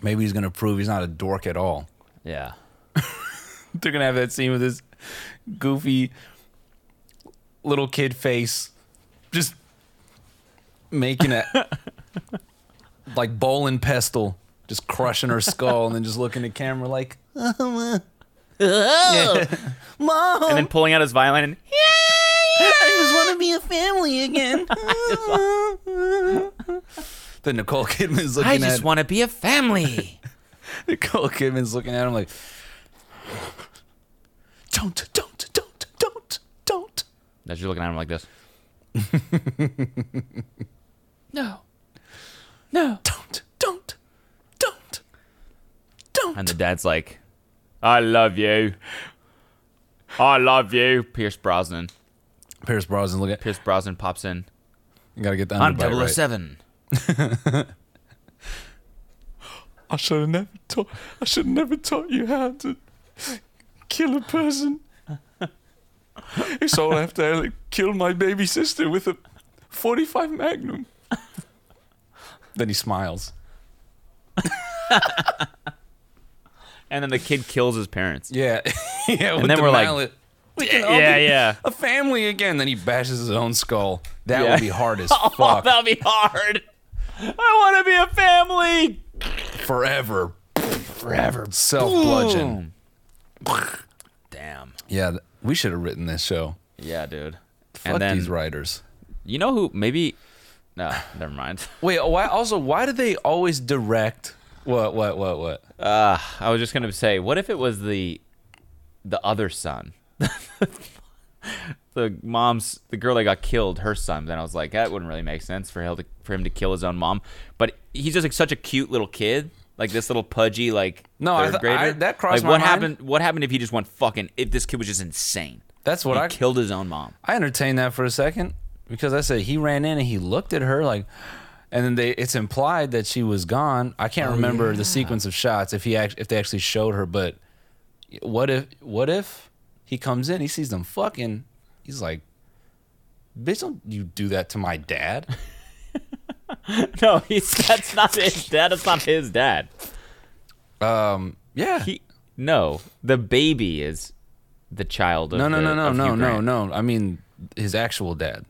S2: maybe he's gonna prove he's not a dork at all.
S1: Yeah.
S2: They're gonna have that scene with this goofy little kid face, just making it like bowling pestle, just crushing her skull, and then just looking at camera like, mom.
S1: And then pulling out his violin and
S2: I just want to be a family again. the Nicole Kidman's looking
S1: I just
S2: at
S1: want to be a family.
S2: Nicole Kidman's looking at him like, don't, don't, don't, don't, don't.
S1: As you're looking at him like this. no. No.
S2: Don't, don't, don't, don't.
S1: And the dad's like, I love you. I love you. Pierce Brosnan.
S2: Pierce Brosnan looking.
S1: Pierce Brosnan pops in.
S2: You gotta get the
S1: I'm
S2: underbite right.
S1: 007.
S2: I should have never taught. I should have never taught you how to kill a person. it's all after I like, killed my baby sister with a 45 Magnum. then he smiles.
S1: And then the kid kills his parents.
S2: Yeah, yeah. with
S1: then
S2: the
S1: we're like,
S2: mallet. we
S1: Yeah, yeah.
S2: be a family again. Then he bashes his own skull. That
S1: Yeah.
S2: would be hard as
S1: Oh,
S2: fuck
S1: that'll be hard. I want to be a family.
S2: forever. Forever self bludgeon.
S1: Damn.
S2: Yeah, th- we should have written this show.
S1: Yeah, dude.
S2: Fuck
S1: and then,
S2: these writers.
S1: you know who? Maybe. No, never mind.
S2: Wait, why also why do they always direct what what what what?
S1: I was just gonna say, what if it was the the other son? the mom's the girl that got killed, her son. Then I was like, that wouldn't really make sense for him to for him to kill his own mom. But he's just like such a cute little kid. Like this little pudgy, like
S2: No, I
S1: third
S2: th-
S1: grader.
S2: I- that crossed
S1: like,
S2: my
S1: what
S2: mind.
S1: happened? What happened if he just went fucking? If this kid was just insane,
S2: That's what
S1: he
S2: I
S1: killed his own mom.
S2: I entertained that for a second because I said he ran in and he looked at her like and then they it's implied that she was gone. I
S1: Oh,
S2: can't remember the sequence of shots if he act, if they actually showed her, but what if what if he comes in, he sees them fucking, he's like Bitch, don't you do that to my dad?
S1: No, he's that's not his dad. That's not his dad.
S2: Yeah.
S1: He no, the baby is the child of
S2: no, no,
S1: the-
S2: no, no,
S1: of Hugh
S2: no, no,
S1: Grant.
S2: no. I mean his actual dad.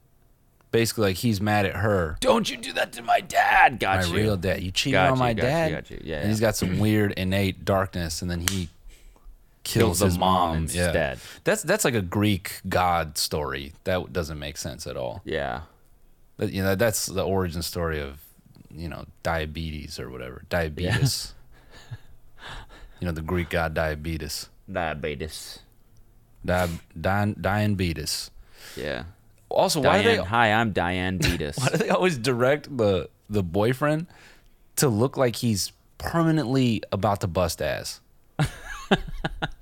S2: basically like he's mad at her.
S1: Don't you do that to my dad? Got
S2: My
S1: you.
S2: real dad. You cheated
S1: Got
S2: on
S1: you,
S2: my
S1: got you,
S2: dad.
S1: got you. Yeah,
S2: And he's
S1: yeah.
S2: got some weird innate darkness, and then he
S1: Kills
S2: kills,
S1: the
S2: his
S1: mom
S2: Yeah.
S1: instead.
S2: That's that's like a Greek god story. That doesn't make sense at all.
S1: yeah.
S2: But, you know, that's the origin story of you know diabetes or whatever diabetes. you know the Greek god diabetes.
S1: Diabetes.
S2: Di- Di- diabetes.
S1: Yeah.
S2: Also, why do
S1: Diane.
S2: they
S1: Hi, I'm Diane Beatus.
S2: Why do they always direct the the boyfriend to look like he's permanently about to bust ass?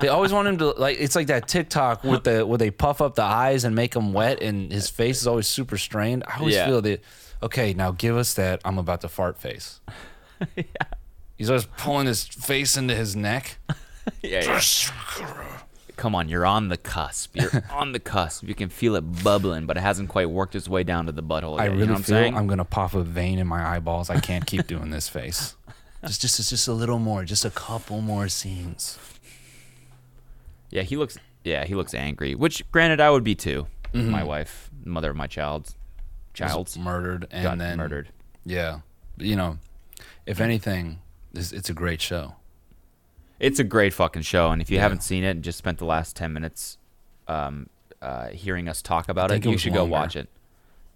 S2: they always want him to like it's like that TikTok with the where they puff up the eyes and make him wet and his face is always super strained. I always
S1: Yeah.
S2: feel that okay, now give us that I'm about to fart face. He's always pulling his face into his neck.
S1: yeah, yeah. Come on, you're on the cusp. You're on the cusp. You can feel it bubbling, but it hasn't quite worked its way down to the butthole.
S2: I
S1: yet,
S2: really
S1: you know what I'm
S2: feel
S1: saying?
S2: I'm gonna pop a vein in my eyeballs. I can't keep doing this face. Just, just, just, just a little more. Just a couple more scenes.
S1: Yeah, he looks. Yeah, he looks angry. Which, granted, I would be too.
S2: Mm-hmm.
S1: My wife, mother of my child's child's
S2: murdered and
S1: got
S2: then
S1: murdered.
S2: Yeah, you know, if anything, it's, it's a great show.
S1: It's a great fucking show, and if you haven't seen it and just spent the last ten minutes um, uh, hearing us talk about
S2: think
S1: it,
S2: it
S1: you
S2: was
S1: should go
S2: longer.
S1: watch it.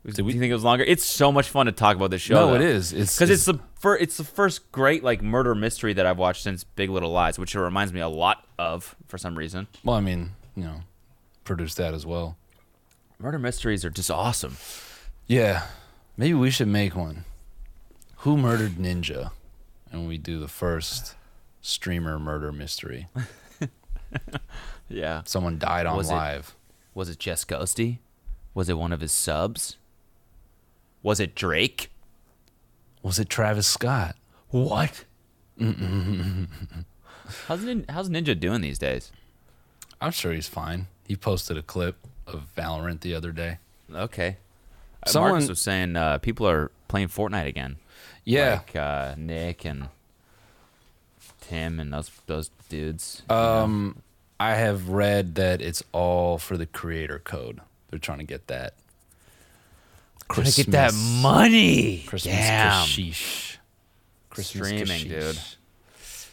S1: Do you think it was longer? It's so much fun to talk about this show.
S2: No, it
S1: though.
S2: is. It's-
S1: because it's, the fir- it's the first great like murder mystery that I've watched since Big Little Lies, which it reminds me a lot of for some reason.
S2: Well, I mean, you know, produced that as well.
S1: Murder mysteries are just awesome.
S2: Yeah, maybe we should make one. Who murdered Ninja? And we do the first streamer murder mystery.
S1: Yeah.
S2: Someone died on
S1: Was it-
S2: live.
S1: Was it Jess Ghosty? Was it one of his subs? Was it Drake?
S2: Was it Travis Scott?
S1: What? how's, Nin- how's Ninja doing these days?
S2: I'm sure he's fine. He posted a clip of Valorant the other day.
S1: Okay. Uh,
S2: Someone-
S1: Marcus was saying uh, people are playing Fortnite again.
S2: Yeah.
S1: Like uh, Nick and Tim and those those dudes.
S2: Oh, Um, I have read that it's all for the creator code. They're trying to get that.
S1: Gotta get that money.
S2: Christmas
S1: Damn.
S2: kashish. Christmas
S1: Streaming,
S2: kashish.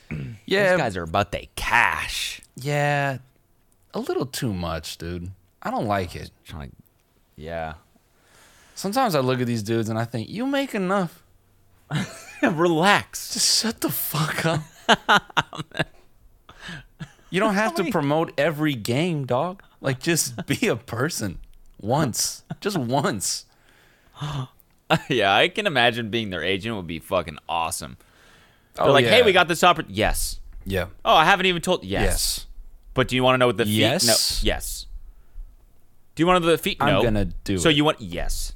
S1: These
S2: Yeah,
S1: guys are about they cash.
S2: yeah, a little too much, dude. I don't like it.
S1: Trying to, yeah.
S2: Sometimes I look at these dudes and I think, you make enough.
S1: Relax.
S2: Just shut the fuck up. you don't have to promote every game, dog. Like, just be a person once, just once.
S1: yeah, I can imagine being their agent would be fucking awesome. They're
S2: Oh,
S1: like, hey,
S2: yeah.
S1: we got this opportunity. Yes.
S2: Yeah.
S1: Oh, I haven't even told. Yes.
S2: Yes.
S1: But do you want to know what the fee?
S2: Yes.
S1: No. Yes. Do you want to know the fee?
S2: I'm
S1: no.
S2: gonna do
S1: So
S2: it.
S1: you want yes?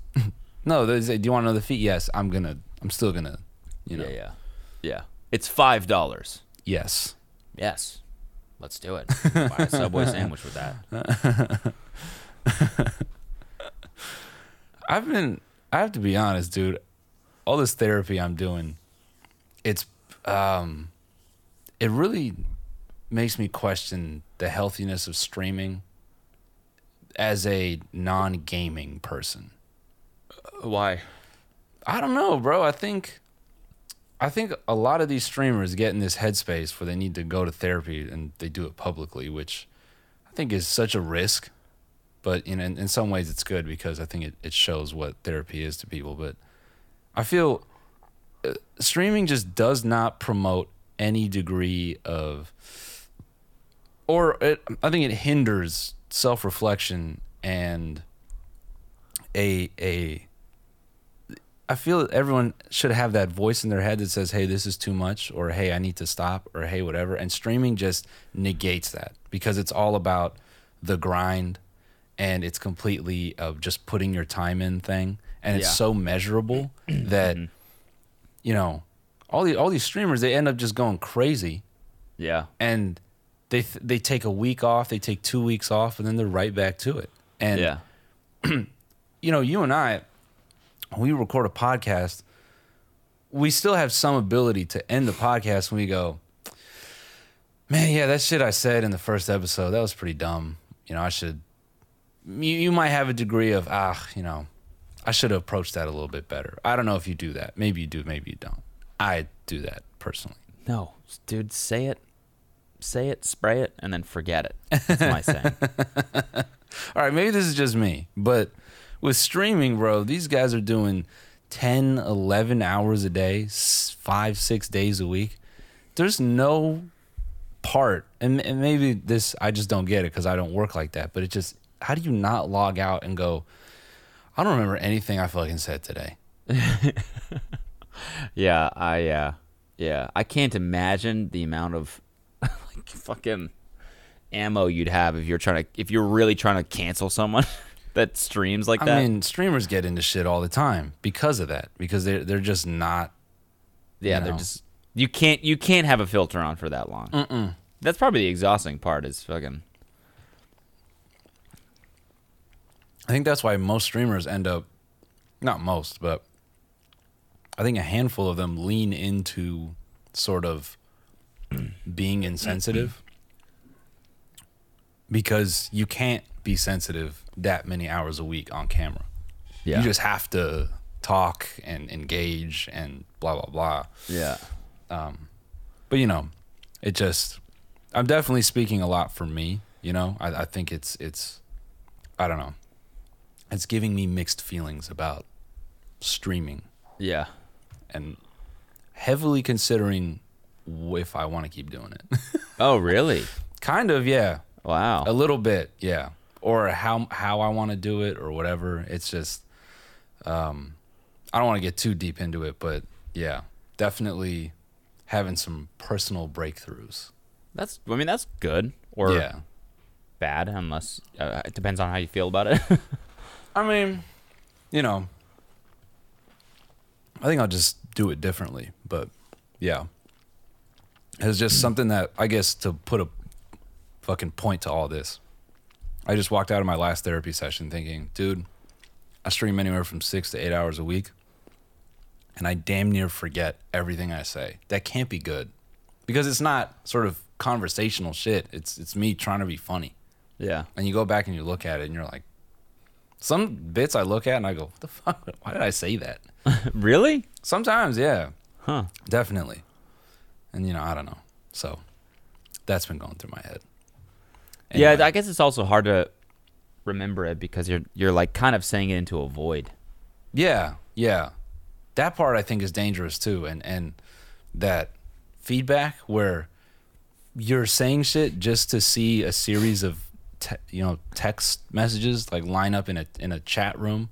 S2: No, they say, do you want to know the fee? Yes, I'm gonna. I'm still gonna. You know.
S1: yeah. Yeah. It's five dollars.
S2: Yes.
S1: Yes. Let's do it. Buy a Subway sandwich with that.
S2: I've been. I have to be honest, dude. All this therapy I'm doing, it's um, it really makes me question the healthiness of streaming as a non-gaming person.
S1: Why?
S2: I don't know, bro. I think I think a lot of these streamers get in this headspace where they need to go to therapy and they do it publicly, which I think is such a risk. But in in, in some ways it's good because I think it, it shows what therapy is to people. But I feel uh, streaming just does not promote any degree of or it, I think it hinders self-reflection and a a I feel that everyone should have that voice in their head that says, "Hey, this is too much," or "Hey, I need to stop," or "Hey, whatever." And streaming just negates that because it's all about the grind, and it's completely of just putting your time in thing, and it's
S1: Yeah. Mm-hmm.
S2: so measurable that you know all the all these streamers they end up just going crazy
S1: Yeah.
S2: and they th- they take a week off, they take two weeks off, and then they're right back to it. And
S1: Yeah.
S2: you know, you and I, when we record a podcast, we still have some ability to end the podcast when we go, man, yeah, that shit I said in the first episode, that was pretty dumb. You know, I should, you, you might have a degree of, ah, you know, I I should have approached that a little bit better. I don't know if you do that. Maybe you do, maybe you don't. I do that personally.
S1: No, dude, say it, say it, spray it, and then forget it. That's my saying.
S2: All right, maybe this is just me, but with streaming, bro, these guys are doing 10, 11 hours a day, s- five, six days a week. There's no part, and, and maybe this, I just don't get it because I don't work like that, but it just, how do you not log out and go, I don't remember anything I fucking said today?
S1: Yeah, I uh, yeah, I can't imagine the amount of like fucking ammo you'd have if you're trying to if you're really trying to cancel someone that streams like that.
S2: I mean, streamers get into shit all the time because of that, because they're, they're just not
S1: yeah,
S2: you
S1: they're
S2: know.
S1: just you can't you can't have a filter on for that long. Mm-mm. That's probably the exhausting part is fucking
S2: I think that's why most streamers end up, not most, but I think a handful of them lean into sort of being insensitive because you can't be sensitive that many hours a week on camera.
S1: yeah
S2: You just have to talk and engage and blah, blah, blah.
S1: yeah
S2: But, you know, it just, I'm definitely speaking a lot for me. You know, I, I think it's, it's, I don't know. It's giving me mixed feelings about streaming
S1: yeah.
S2: and heavily considering w- if I want to keep doing it.
S1: Oh really?
S2: kind of, yeah.
S1: Wow.
S2: A little bit, yeah. Or how how I want to do it or whatever. It's just um I don't want to get too deep into it, but yeah, definitely having some personal breakthroughs.
S1: That's I mean that's good or
S2: yeah.
S1: bad unless uh, it depends on how you feel about it.
S2: I mean, you know, I think I'll just do it differently. But yeah, it's just something that I guess to put a fucking point to all this. I just walked out of my last therapy session thinking, dude, I stream anywhere from six to eight hours a week, and I damn near forget everything I say. That can't be good because it's not sort of conversational shit. It's it's me trying to be funny
S1: yeah.
S2: and you go back and you look at it and you're like some bits i look at and i go what the fuck why did i say that
S1: Really?
S2: sometimes yeah
S1: Huh.
S2: definitely and you know i don't know so that's been going through my head
S1: Yeah, I guess it's also hard to remember it because you're you're like kind of saying it into a void.
S2: yeah yeah that part i think is dangerous too and and that feedback where you're saying shit just to see a series of te- you know text messages like line up in a in a chat room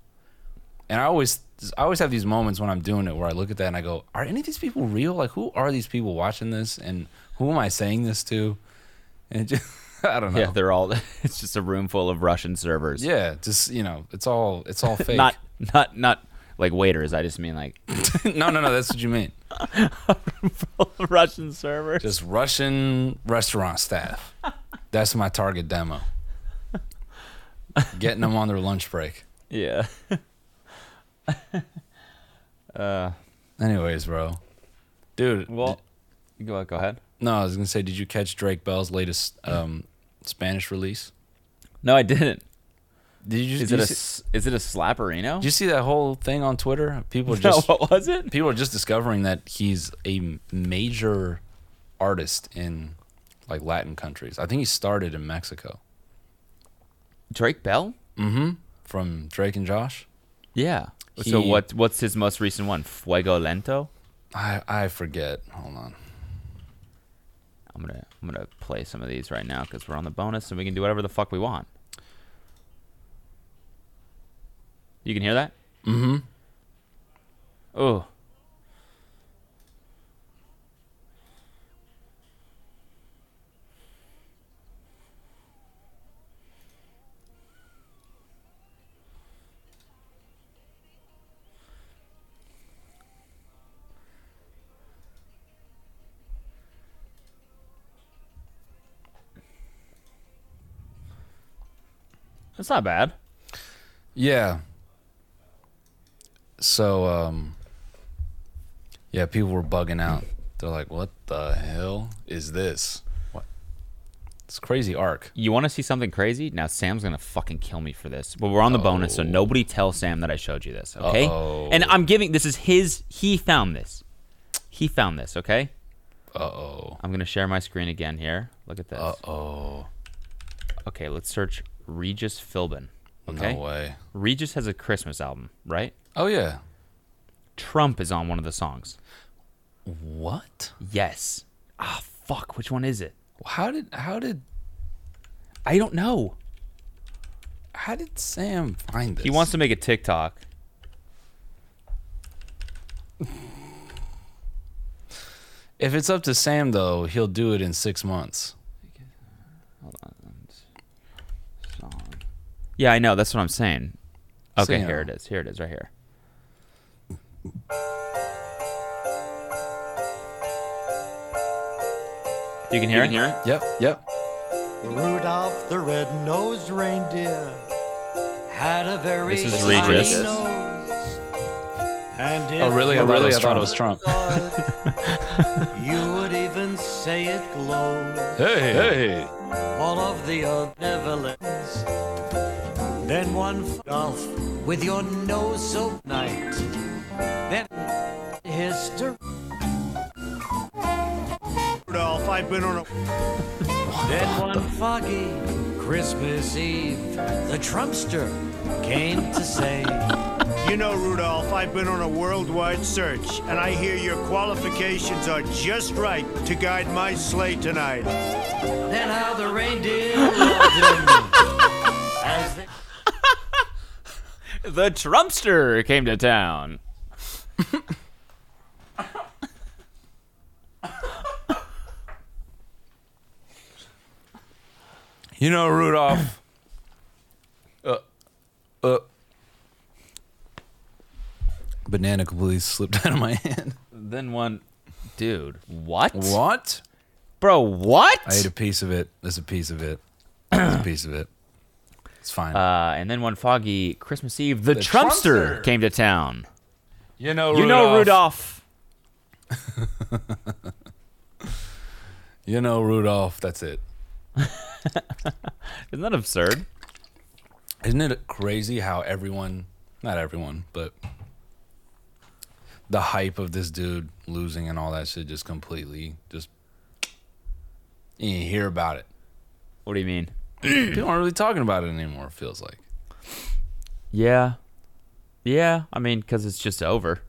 S2: and I always I always have these moments when I'm doing it where I look at that and I go, are any of these people real? Like who are these people watching this and who am I saying this to? And it just I don't know.
S1: Yeah, they're all it's just a room full of Russian servers.
S2: Yeah, just you know, it's all it's all fake.
S1: Not not not like waiters, I just mean like
S2: no, no, no, that's what you mean.
S1: Russian servers.
S2: Just Russian restaurant staff. That's my target demo. Getting them on their lunch break.
S1: Yeah.
S2: Anyways, bro. Dude,
S1: Well, go go ahead.
S2: no, I was gonna say, did you catch Drake Bell's latest um, Spanish release?
S1: No, I didn't.
S2: Did you?
S1: Is
S2: did
S1: it
S2: you
S1: a
S2: see-
S1: s- is it a slapperino?
S2: Did you see that whole thing on Twitter? People are
S1: no,
S2: just
S1: what was it?
S2: people are just discovering that he's a major artist in like Latin countries. I think he started in Mexico
S1: Drake Bell?
S2: from Drake and Josh.
S1: Yeah. so
S2: He-
S1: what what's his most recent one? Fuego Lento?
S2: I I forget. Hold on.
S1: I'm gonna I'm gonna play some of these right now because we're on the bonus and we can do whatever the fuck we want. You can hear that? Mm-hmm. Oh. That's not bad.
S2: Yeah. So um yeah, people were bugging out. They're like, "What the hell is this?" What? It's crazy arc.
S1: You want to see something crazy? Now Sam's gonna fucking kill me for this, but we're on the bonus, so nobody tell Sam that I showed you this, okay?
S2: Uh-oh.
S1: And I'm giving this is his. He found this. He found this. Okay.
S2: Uh oh.
S1: I'm gonna share my screen again here. Look at this.
S2: Uh oh.
S1: Okay, let's search Regis Philbin. Okay.
S2: No way.
S1: Regis has a Christmas album, right?
S2: Oh yeah.
S1: Trump is on one of the songs.
S2: What?
S1: Yes. Ah, fuck. Which one is it?
S2: How did how did
S1: I don't know.
S2: how did Sam find this?
S1: He wants to make a TikTok.
S2: If it's up to Sam though, he'll do it in six months.
S1: Yeah, I know. That's what I'm saying. Okay,
S2: Sam.
S1: here it is. Here it is, right here. You can hear it.
S3: hear
S2: Yep. Yep.
S5: Rudolph the red-nosed reindeer had a very
S1: This is
S5: shiny
S1: Regis.
S5: nose. And if
S2: Oh really? I
S5: you
S2: really? I
S5: saw
S2: thought it was Trump.
S5: it, you would even say it glows.
S2: Hey. Hey.
S5: All of the benevolence. Then one Rudolph with your nose so bright. Then history.
S6: Rudolph, I've been on a
S5: Then one foggy Christmas Eve, the Trumpster came to say,
S6: You know, Rudolph, I've been on a worldwide search, and I hear your qualifications are just right to guide my sleigh tonight.
S5: then how the reindeer loved him. As they-
S1: The Trumpster came to town.
S2: You know Rudolph. uh. Uh. Banana completely slipped out of my hand.
S1: Then one, dude. What?
S2: What?
S1: Bro, what?
S2: I ate a piece of it. There's a piece of it. There's a piece of it. It's fine.
S1: uh, and then one foggy Christmas Eve, the, Trumpster
S2: Trumpster.
S1: came to town.
S2: you know,
S1: You know Rudolph.
S2: You know Rudolph. That's it.
S1: Isn't that absurd?
S2: Isn't it crazy how everyone, not everyone, but the hype of this dude losing and all that shit just completely just you didn't hear about it.
S1: What do you mean?
S2: People aren't really talking about it anymore. It feels like
S1: Yeah. Yeah, I mean, because it's just over.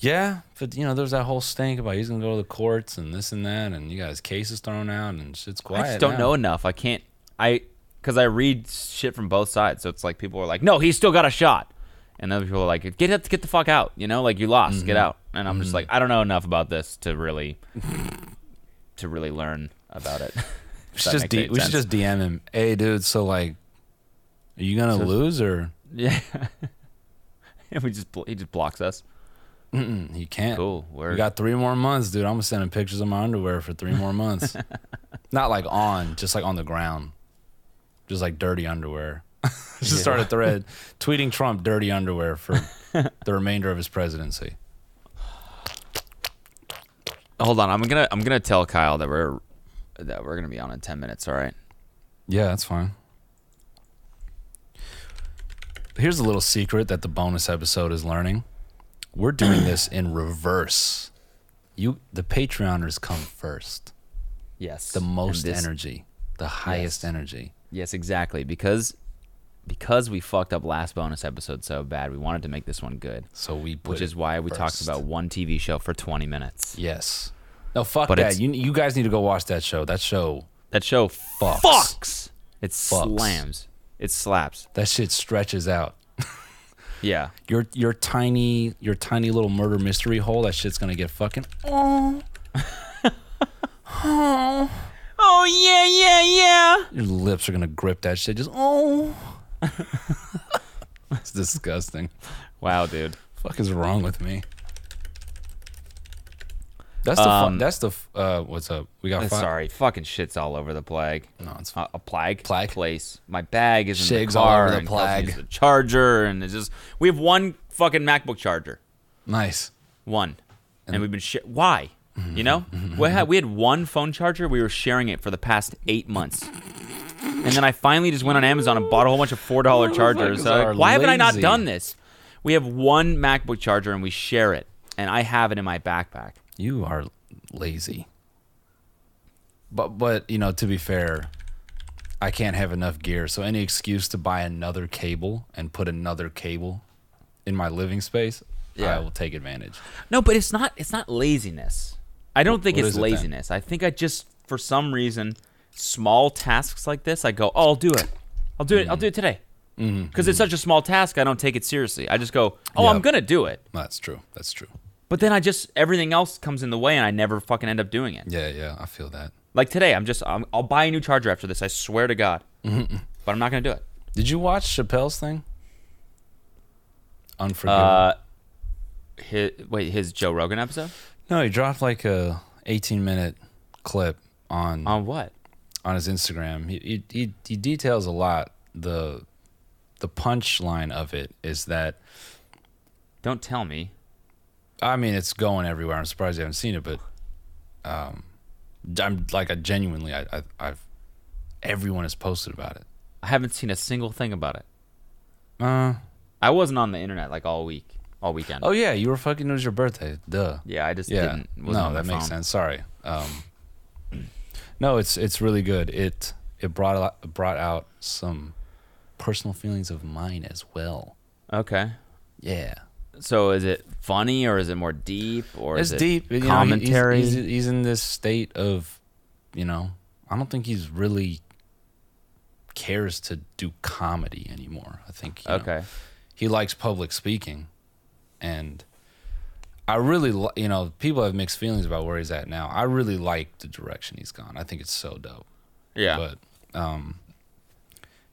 S2: yeah, but you know there's that whole stink about he's gonna go to the courts and this and that, and you got his cases thrown out and shit's quiet.
S1: I just don't
S2: now.
S1: know enough. I can't. I because I read shit from both sides, so it's like people are like, "No, he's still got a shot," and other people are like, "Get up, get the fuck out," you know, like you lost, get
S2: Mm-hmm.
S1: out. And I'm just like, I don't know enough about this to really, to really learn about it.
S2: We
S1: that
S2: should, just
S1: makes
S2: D-
S1: any
S2: we should
S1: sense.
S2: just DM him. Hey, dude. So like, are you gonna lose or
S1: yeah, and we just bl- he just blocks us.
S2: he can't?
S1: Cool, word.
S2: We got three more months, dude. I'm gonna send him pictures of my underwear for three more months. Not like on, just like on the ground, just like dirty underwear. just start a thread tweeting Trump dirty underwear for the remainder of his presidency.
S1: Hold on, I'm gonna I'm gonna tell Kyle that we're that we're gonna be on in ten minutes. All right.
S2: Yeah, that's fine. Here's a little secret that the bonus episode is learning. We're doing this in reverse. You the Patreoners come first.
S1: Yes.
S2: The most
S1: energy.
S2: energy. The highest energy.
S1: Yes, exactly. Because because we fucked up last bonus episode so bad, we wanted to make this one good,
S2: So we put
S1: which
S2: it
S1: is why we talked
S2: first.
S1: about one TV show for 20 minutes.
S2: Yes. No, fuck
S1: But
S2: that.
S1: it's-
S2: You you guys need to go watch that show. That show
S1: That show
S2: Fucks.
S1: fucks. It
S2: Fucks.
S1: slams. It slaps.
S2: that shit stretches out.
S1: Yeah.
S2: Your your tiny your tiny little murder mystery hole, that shit's gonna get fucking
S1: Oh yeah, yeah, yeah.
S2: your lips are gonna grip that shit. Just oh, it's disgusting.
S1: Wow, dude.
S2: Fuck is wrong with me? That's the fu- that's the f- uh what's up? We got
S1: I'm
S2: fi-
S1: sorry. Fucking shit's all over the plague.
S2: No, it's
S1: Uh, a plague,
S2: Plague.
S1: place. My bag is in
S2: Shig's
S1: the
S2: all
S1: car.
S2: over the
S1: and Kelsey's
S2: plague.
S1: The charger and it's just we have one fucking MacBook charger.
S2: nice.
S1: One. And, we've been shit. Why? You know, we had we had one phone charger. We were sharing it for the past eight months, and then I finally just went on Amazon and bought a whole bunch of four dollar chargers.
S2: Motherfuckers
S1: Uh,
S2: are
S1: why haven't I not
S2: lazy.
S1: done this? We have one MacBook charger and we share it, and I have it in my backpack.
S2: You are lazy. But but you know, to be fair, I can't have enough gear. So any excuse to buy another cable and put another cable in my living space, I will take advantage.
S1: No, but it's not. It's not laziness. I don't think
S2: what
S1: it's
S2: is it then?
S1: laziness. I think I just, for some reason, small tasks like this, I go, oh, I'll do it. I'll do it. I'll do it today. Because it's such a small task, I don't take it seriously. I just go, oh, I'm
S2: Mm-hmm. Yep.
S1: gonna do it.
S2: That's true. That's true.
S1: But then I just everything else comes in the way, and I never fucking end up doing it.
S2: Yeah, yeah, I feel that.
S1: Like today, I'm just I'm, I'll buy a new charger after this. I swear to God.
S2: Mm-hmm.
S1: But I'm not gonna do it.
S2: Did you watch Chappelle's thing? Unforgivable.
S1: Uh, his, wait, his Joe Rogan episode
S2: no, he dropped like a 18 minute clip on
S1: on what?
S2: on his Instagram. He he he, he details a lot. The the punchline of it is that
S1: Don't tell me.
S2: I mean it's going everywhere. I'm surprised you haven't seen it, but um, I'm like I genuinely I, I I've everyone has posted about it.
S1: I haven't seen a single thing about it.
S2: Uh
S1: I wasn't on the internet like all week, all weekend.
S2: oh yeah, you were fucking. It was your birthday. Duh.
S1: yeah, I just didn't. Wasn't
S2: no,
S1: on my
S2: that makes
S1: phone.
S2: sense. Sorry. Um, no, it's it's really good. It it brought a lot- brought out some personal feelings of mine as well.
S1: Okay,
S2: Yeah,
S1: so is it funny or is it more deep or
S2: it's
S1: is it
S2: deep. you know, he- he's-
S1: commentary?
S2: he's, he's in this state of, you know, I don't think he's really cares to do comedy anymore. I think. you know,
S1: okay,
S2: he likes public speaking and i really li- you know people have mixed feelings about where he's at now i really like the direction he's gone i think it's so dope
S1: yeah.
S2: but um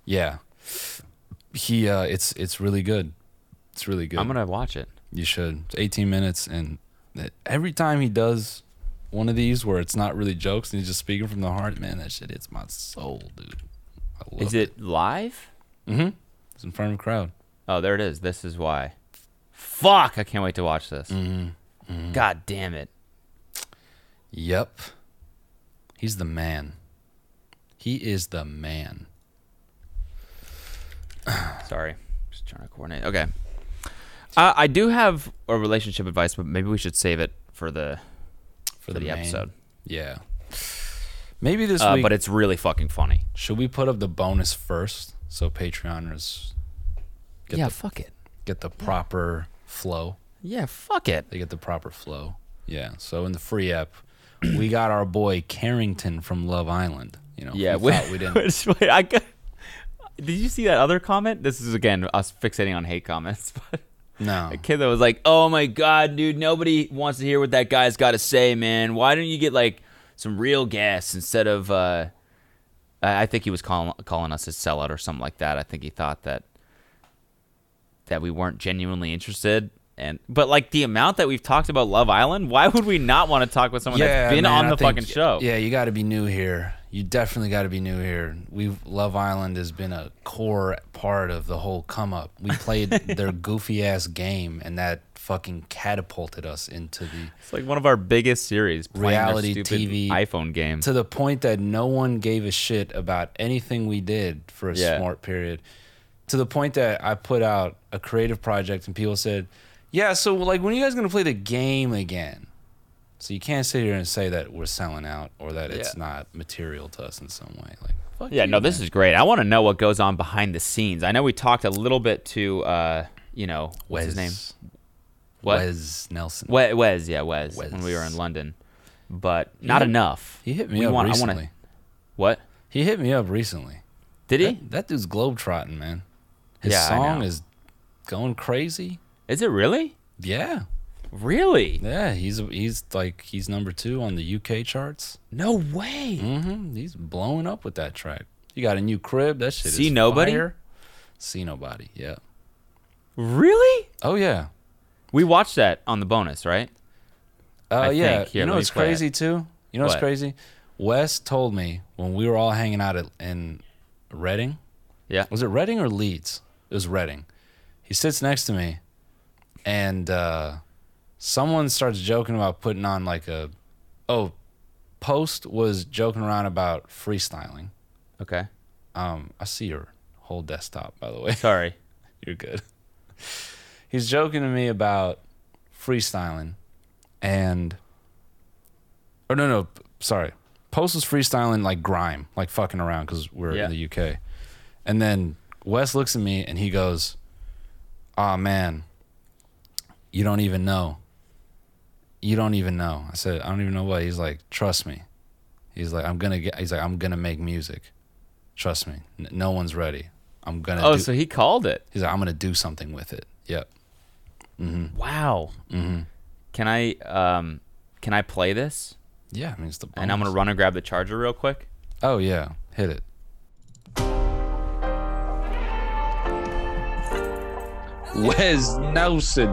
S2: yeah he uh it's it's really good it's really good
S1: I'm gonna watch it.
S2: you should it's 18 minutes and th- every time he does one of these where it's not really jokes and he's just speaking from the heart man that shit hits my soul dude I love
S1: Is it live?
S2: it's in front of a crowd
S1: Oh, there it is. This is why. Fuck! I can't wait to watch this.
S2: Mm-hmm.
S1: God damn it!
S2: Yep. He's the man. He is the man.
S1: Sorry, just trying to coordinate. Okay, uh, I do have a relationship advice, but maybe we should save it for the for the,
S2: man.
S1: episode.
S2: Yeah. Maybe this
S1: Uh,
S2: week.
S1: but it's really fucking funny.
S2: should we put up the bonus first so Patreoners get
S1: yeah,
S2: the
S1: fuck it.
S2: get the proper flow?
S1: Yeah, fuck it.
S2: They get the proper flow. Yeah. So in the free app, we got our boy Carrington from Love Island. You know.
S1: Yeah,
S2: we,
S1: we,
S2: thought we didn't.
S1: wait, I got- did you see that other comment? This is again us fixating on hate comments, but
S2: No.
S1: a kid that was like, "Oh my god, dude, nobody wants to hear what that guy's got to say, man. Why don't you get like some real guests instead of?" Uh, I I think he was calling calling us a sellout or something like that. I think he thought that that we weren't genuinely interested. And but like the amount that we've talked about Love Island, why would we not want to talk with someone that's been
S2: man,
S1: on
S2: I
S1: the
S2: think-
S1: fucking show?
S2: Yeah, you got to be new here. You definitely got to be new here. We've Love Island has been a core part of the whole come up. We played their goofy ass game, and that fucking catapulted us into the
S1: It's like one of our biggest series. playing their
S2: Reality
S1: stupid
S2: TV
S1: iPhone game.
S2: to the point that no one gave a shit about anything we did for a
S1: Yeah.
S2: smart period. To the point that I put out a creative project and people said, "Yeah, so like when are you guys gonna play the game again?" So you can't sit here and say that we're selling out or that it's
S1: Yeah.
S2: not material to us in some way. Like, fuck
S1: yeah,
S2: you,
S1: no, this
S2: man.
S1: is great. I want to know what goes on behind the scenes. I know we talked a little bit to, uh, you know, what's his name? What?
S2: Wes Nelson.
S1: We- Wes, yeah, Wes,
S2: Wes.
S1: When we were in London, but not enough.
S2: He hit me
S1: We
S2: up
S1: want- I
S2: recently.
S1: wanna- what
S2: He hit me up recently.
S1: did he?
S2: That, that dude's globetrotting, man. His
S1: Yeah, I
S2: song
S1: know.
S2: is going crazy.
S1: Is it really?
S2: Yeah.
S1: Really?
S2: Yeah, he's he's like he's number two on the UK charts.
S1: No way.
S2: hmm He's blowing up with that track. You got a new crib. That shit.
S1: See
S2: is
S1: Nobody?
S2: fire. See nobody. Yeah.
S1: Really?
S2: Oh yeah.
S1: We watched that on the bonus, right?
S2: Oh
S1: I
S2: yeah.
S1: think. Here,
S2: you know
S1: let me
S2: what's
S1: play it.
S2: crazy too? You know what's
S1: What?
S2: crazy? Wes told me when we were all hanging out at, in Reading.
S1: Yeah.
S2: Was it Reading or Leeds? It was Reading. He sits next to me, and uh, someone starts joking about putting on like a Oh, Post was joking around about freestyling.
S1: Okay.
S2: Um, I see your whole desktop, by the way.
S1: Sorry.
S2: You're good. He's joking to me about freestyling and or no no p- sorry. Post was freestyling like grime, like fucking around because we're
S1: Yeah.
S2: in the UK. And then Wes looks at me and he goes, "Ah man, you don't even know. You don't even know." I said, "I don't even know what." He's like, "Trust me." He's like, "I'm gonna get." He's like, "I'm gonna make music. Trust me. N- no one's ready. I'm gonna."
S1: Oh,
S2: do-
S1: so he called it.
S2: He's like, I'm gonna do something with it. Yep.
S1: Wow.
S2: Mm-hmm.
S1: Can I um can I play this?
S2: Yeah, I mean it's the.
S1: And I'm gonna run and grab the charger real quick.
S2: Oh yeah, hit it. Wes Nelson.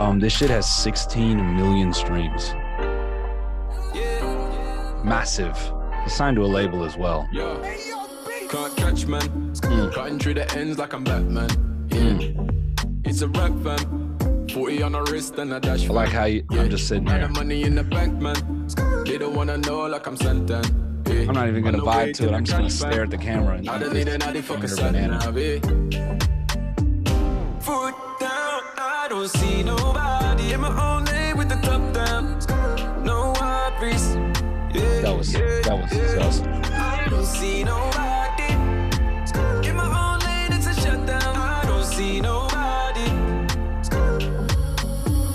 S2: Um, this shit has 16 million streams. Massive. He's signed to a label as well.
S7: Yeah. Can't catch man. Cutting through the ends like I'm Batman. Yeah. It's a rap fam. 40 on the wrist and a dash.
S2: I like how you, I'm just sitting
S7: Had
S2: here.
S7: the money in the bank, man. They don't wanna know like I'm Santan.
S2: I'm not even gonna vibe to it. I'm just gonna stare at the camera and
S7: I
S2: eat
S7: don't need
S2: this
S7: another
S2: hamburger
S7: fucking sat
S2: banana.
S7: nav, eh? Foot down, I don't see nobody in my own lane with the top down. No hard breeze. Yeah,
S2: That was
S7: yeah,
S2: that was
S7: yeah.
S2: successful.
S7: I don't see nobody. In my own lane, it's a shutdown. I don't see nobody.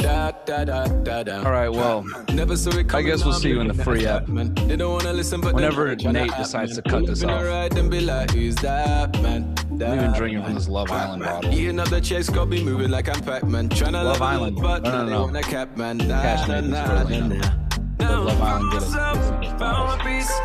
S7: Da, da, da, da, da.
S2: All right, well,
S7: Never saw it
S2: Um, I
S7: coming,
S2: guess we'll
S7: now I'm
S2: see you in
S7: looking
S2: the
S7: at
S2: free
S7: it
S2: app.
S7: man. They don't wanna listen, but
S2: Whenever
S7: they know what
S2: Nate
S7: kinda
S2: decides to
S7: happening.
S2: cut
S7: Pull up
S2: this
S7: in the
S2: off.
S7: ride and be like, "Who's that man?
S2: We've been
S7: That
S2: drinking from
S7: man."
S2: this Love Island bottle.
S7: Eating up the chase, got me moving like I'm Pac-Man. Trying to
S2: Love
S7: love
S2: Island.
S7: Island, but
S2: No, no,
S7: now they
S2: no.
S7: want a cap man.
S2: Cash Nathan's girl, you know.
S7: Now
S2: Love Island did it.
S7: I'm found my peace.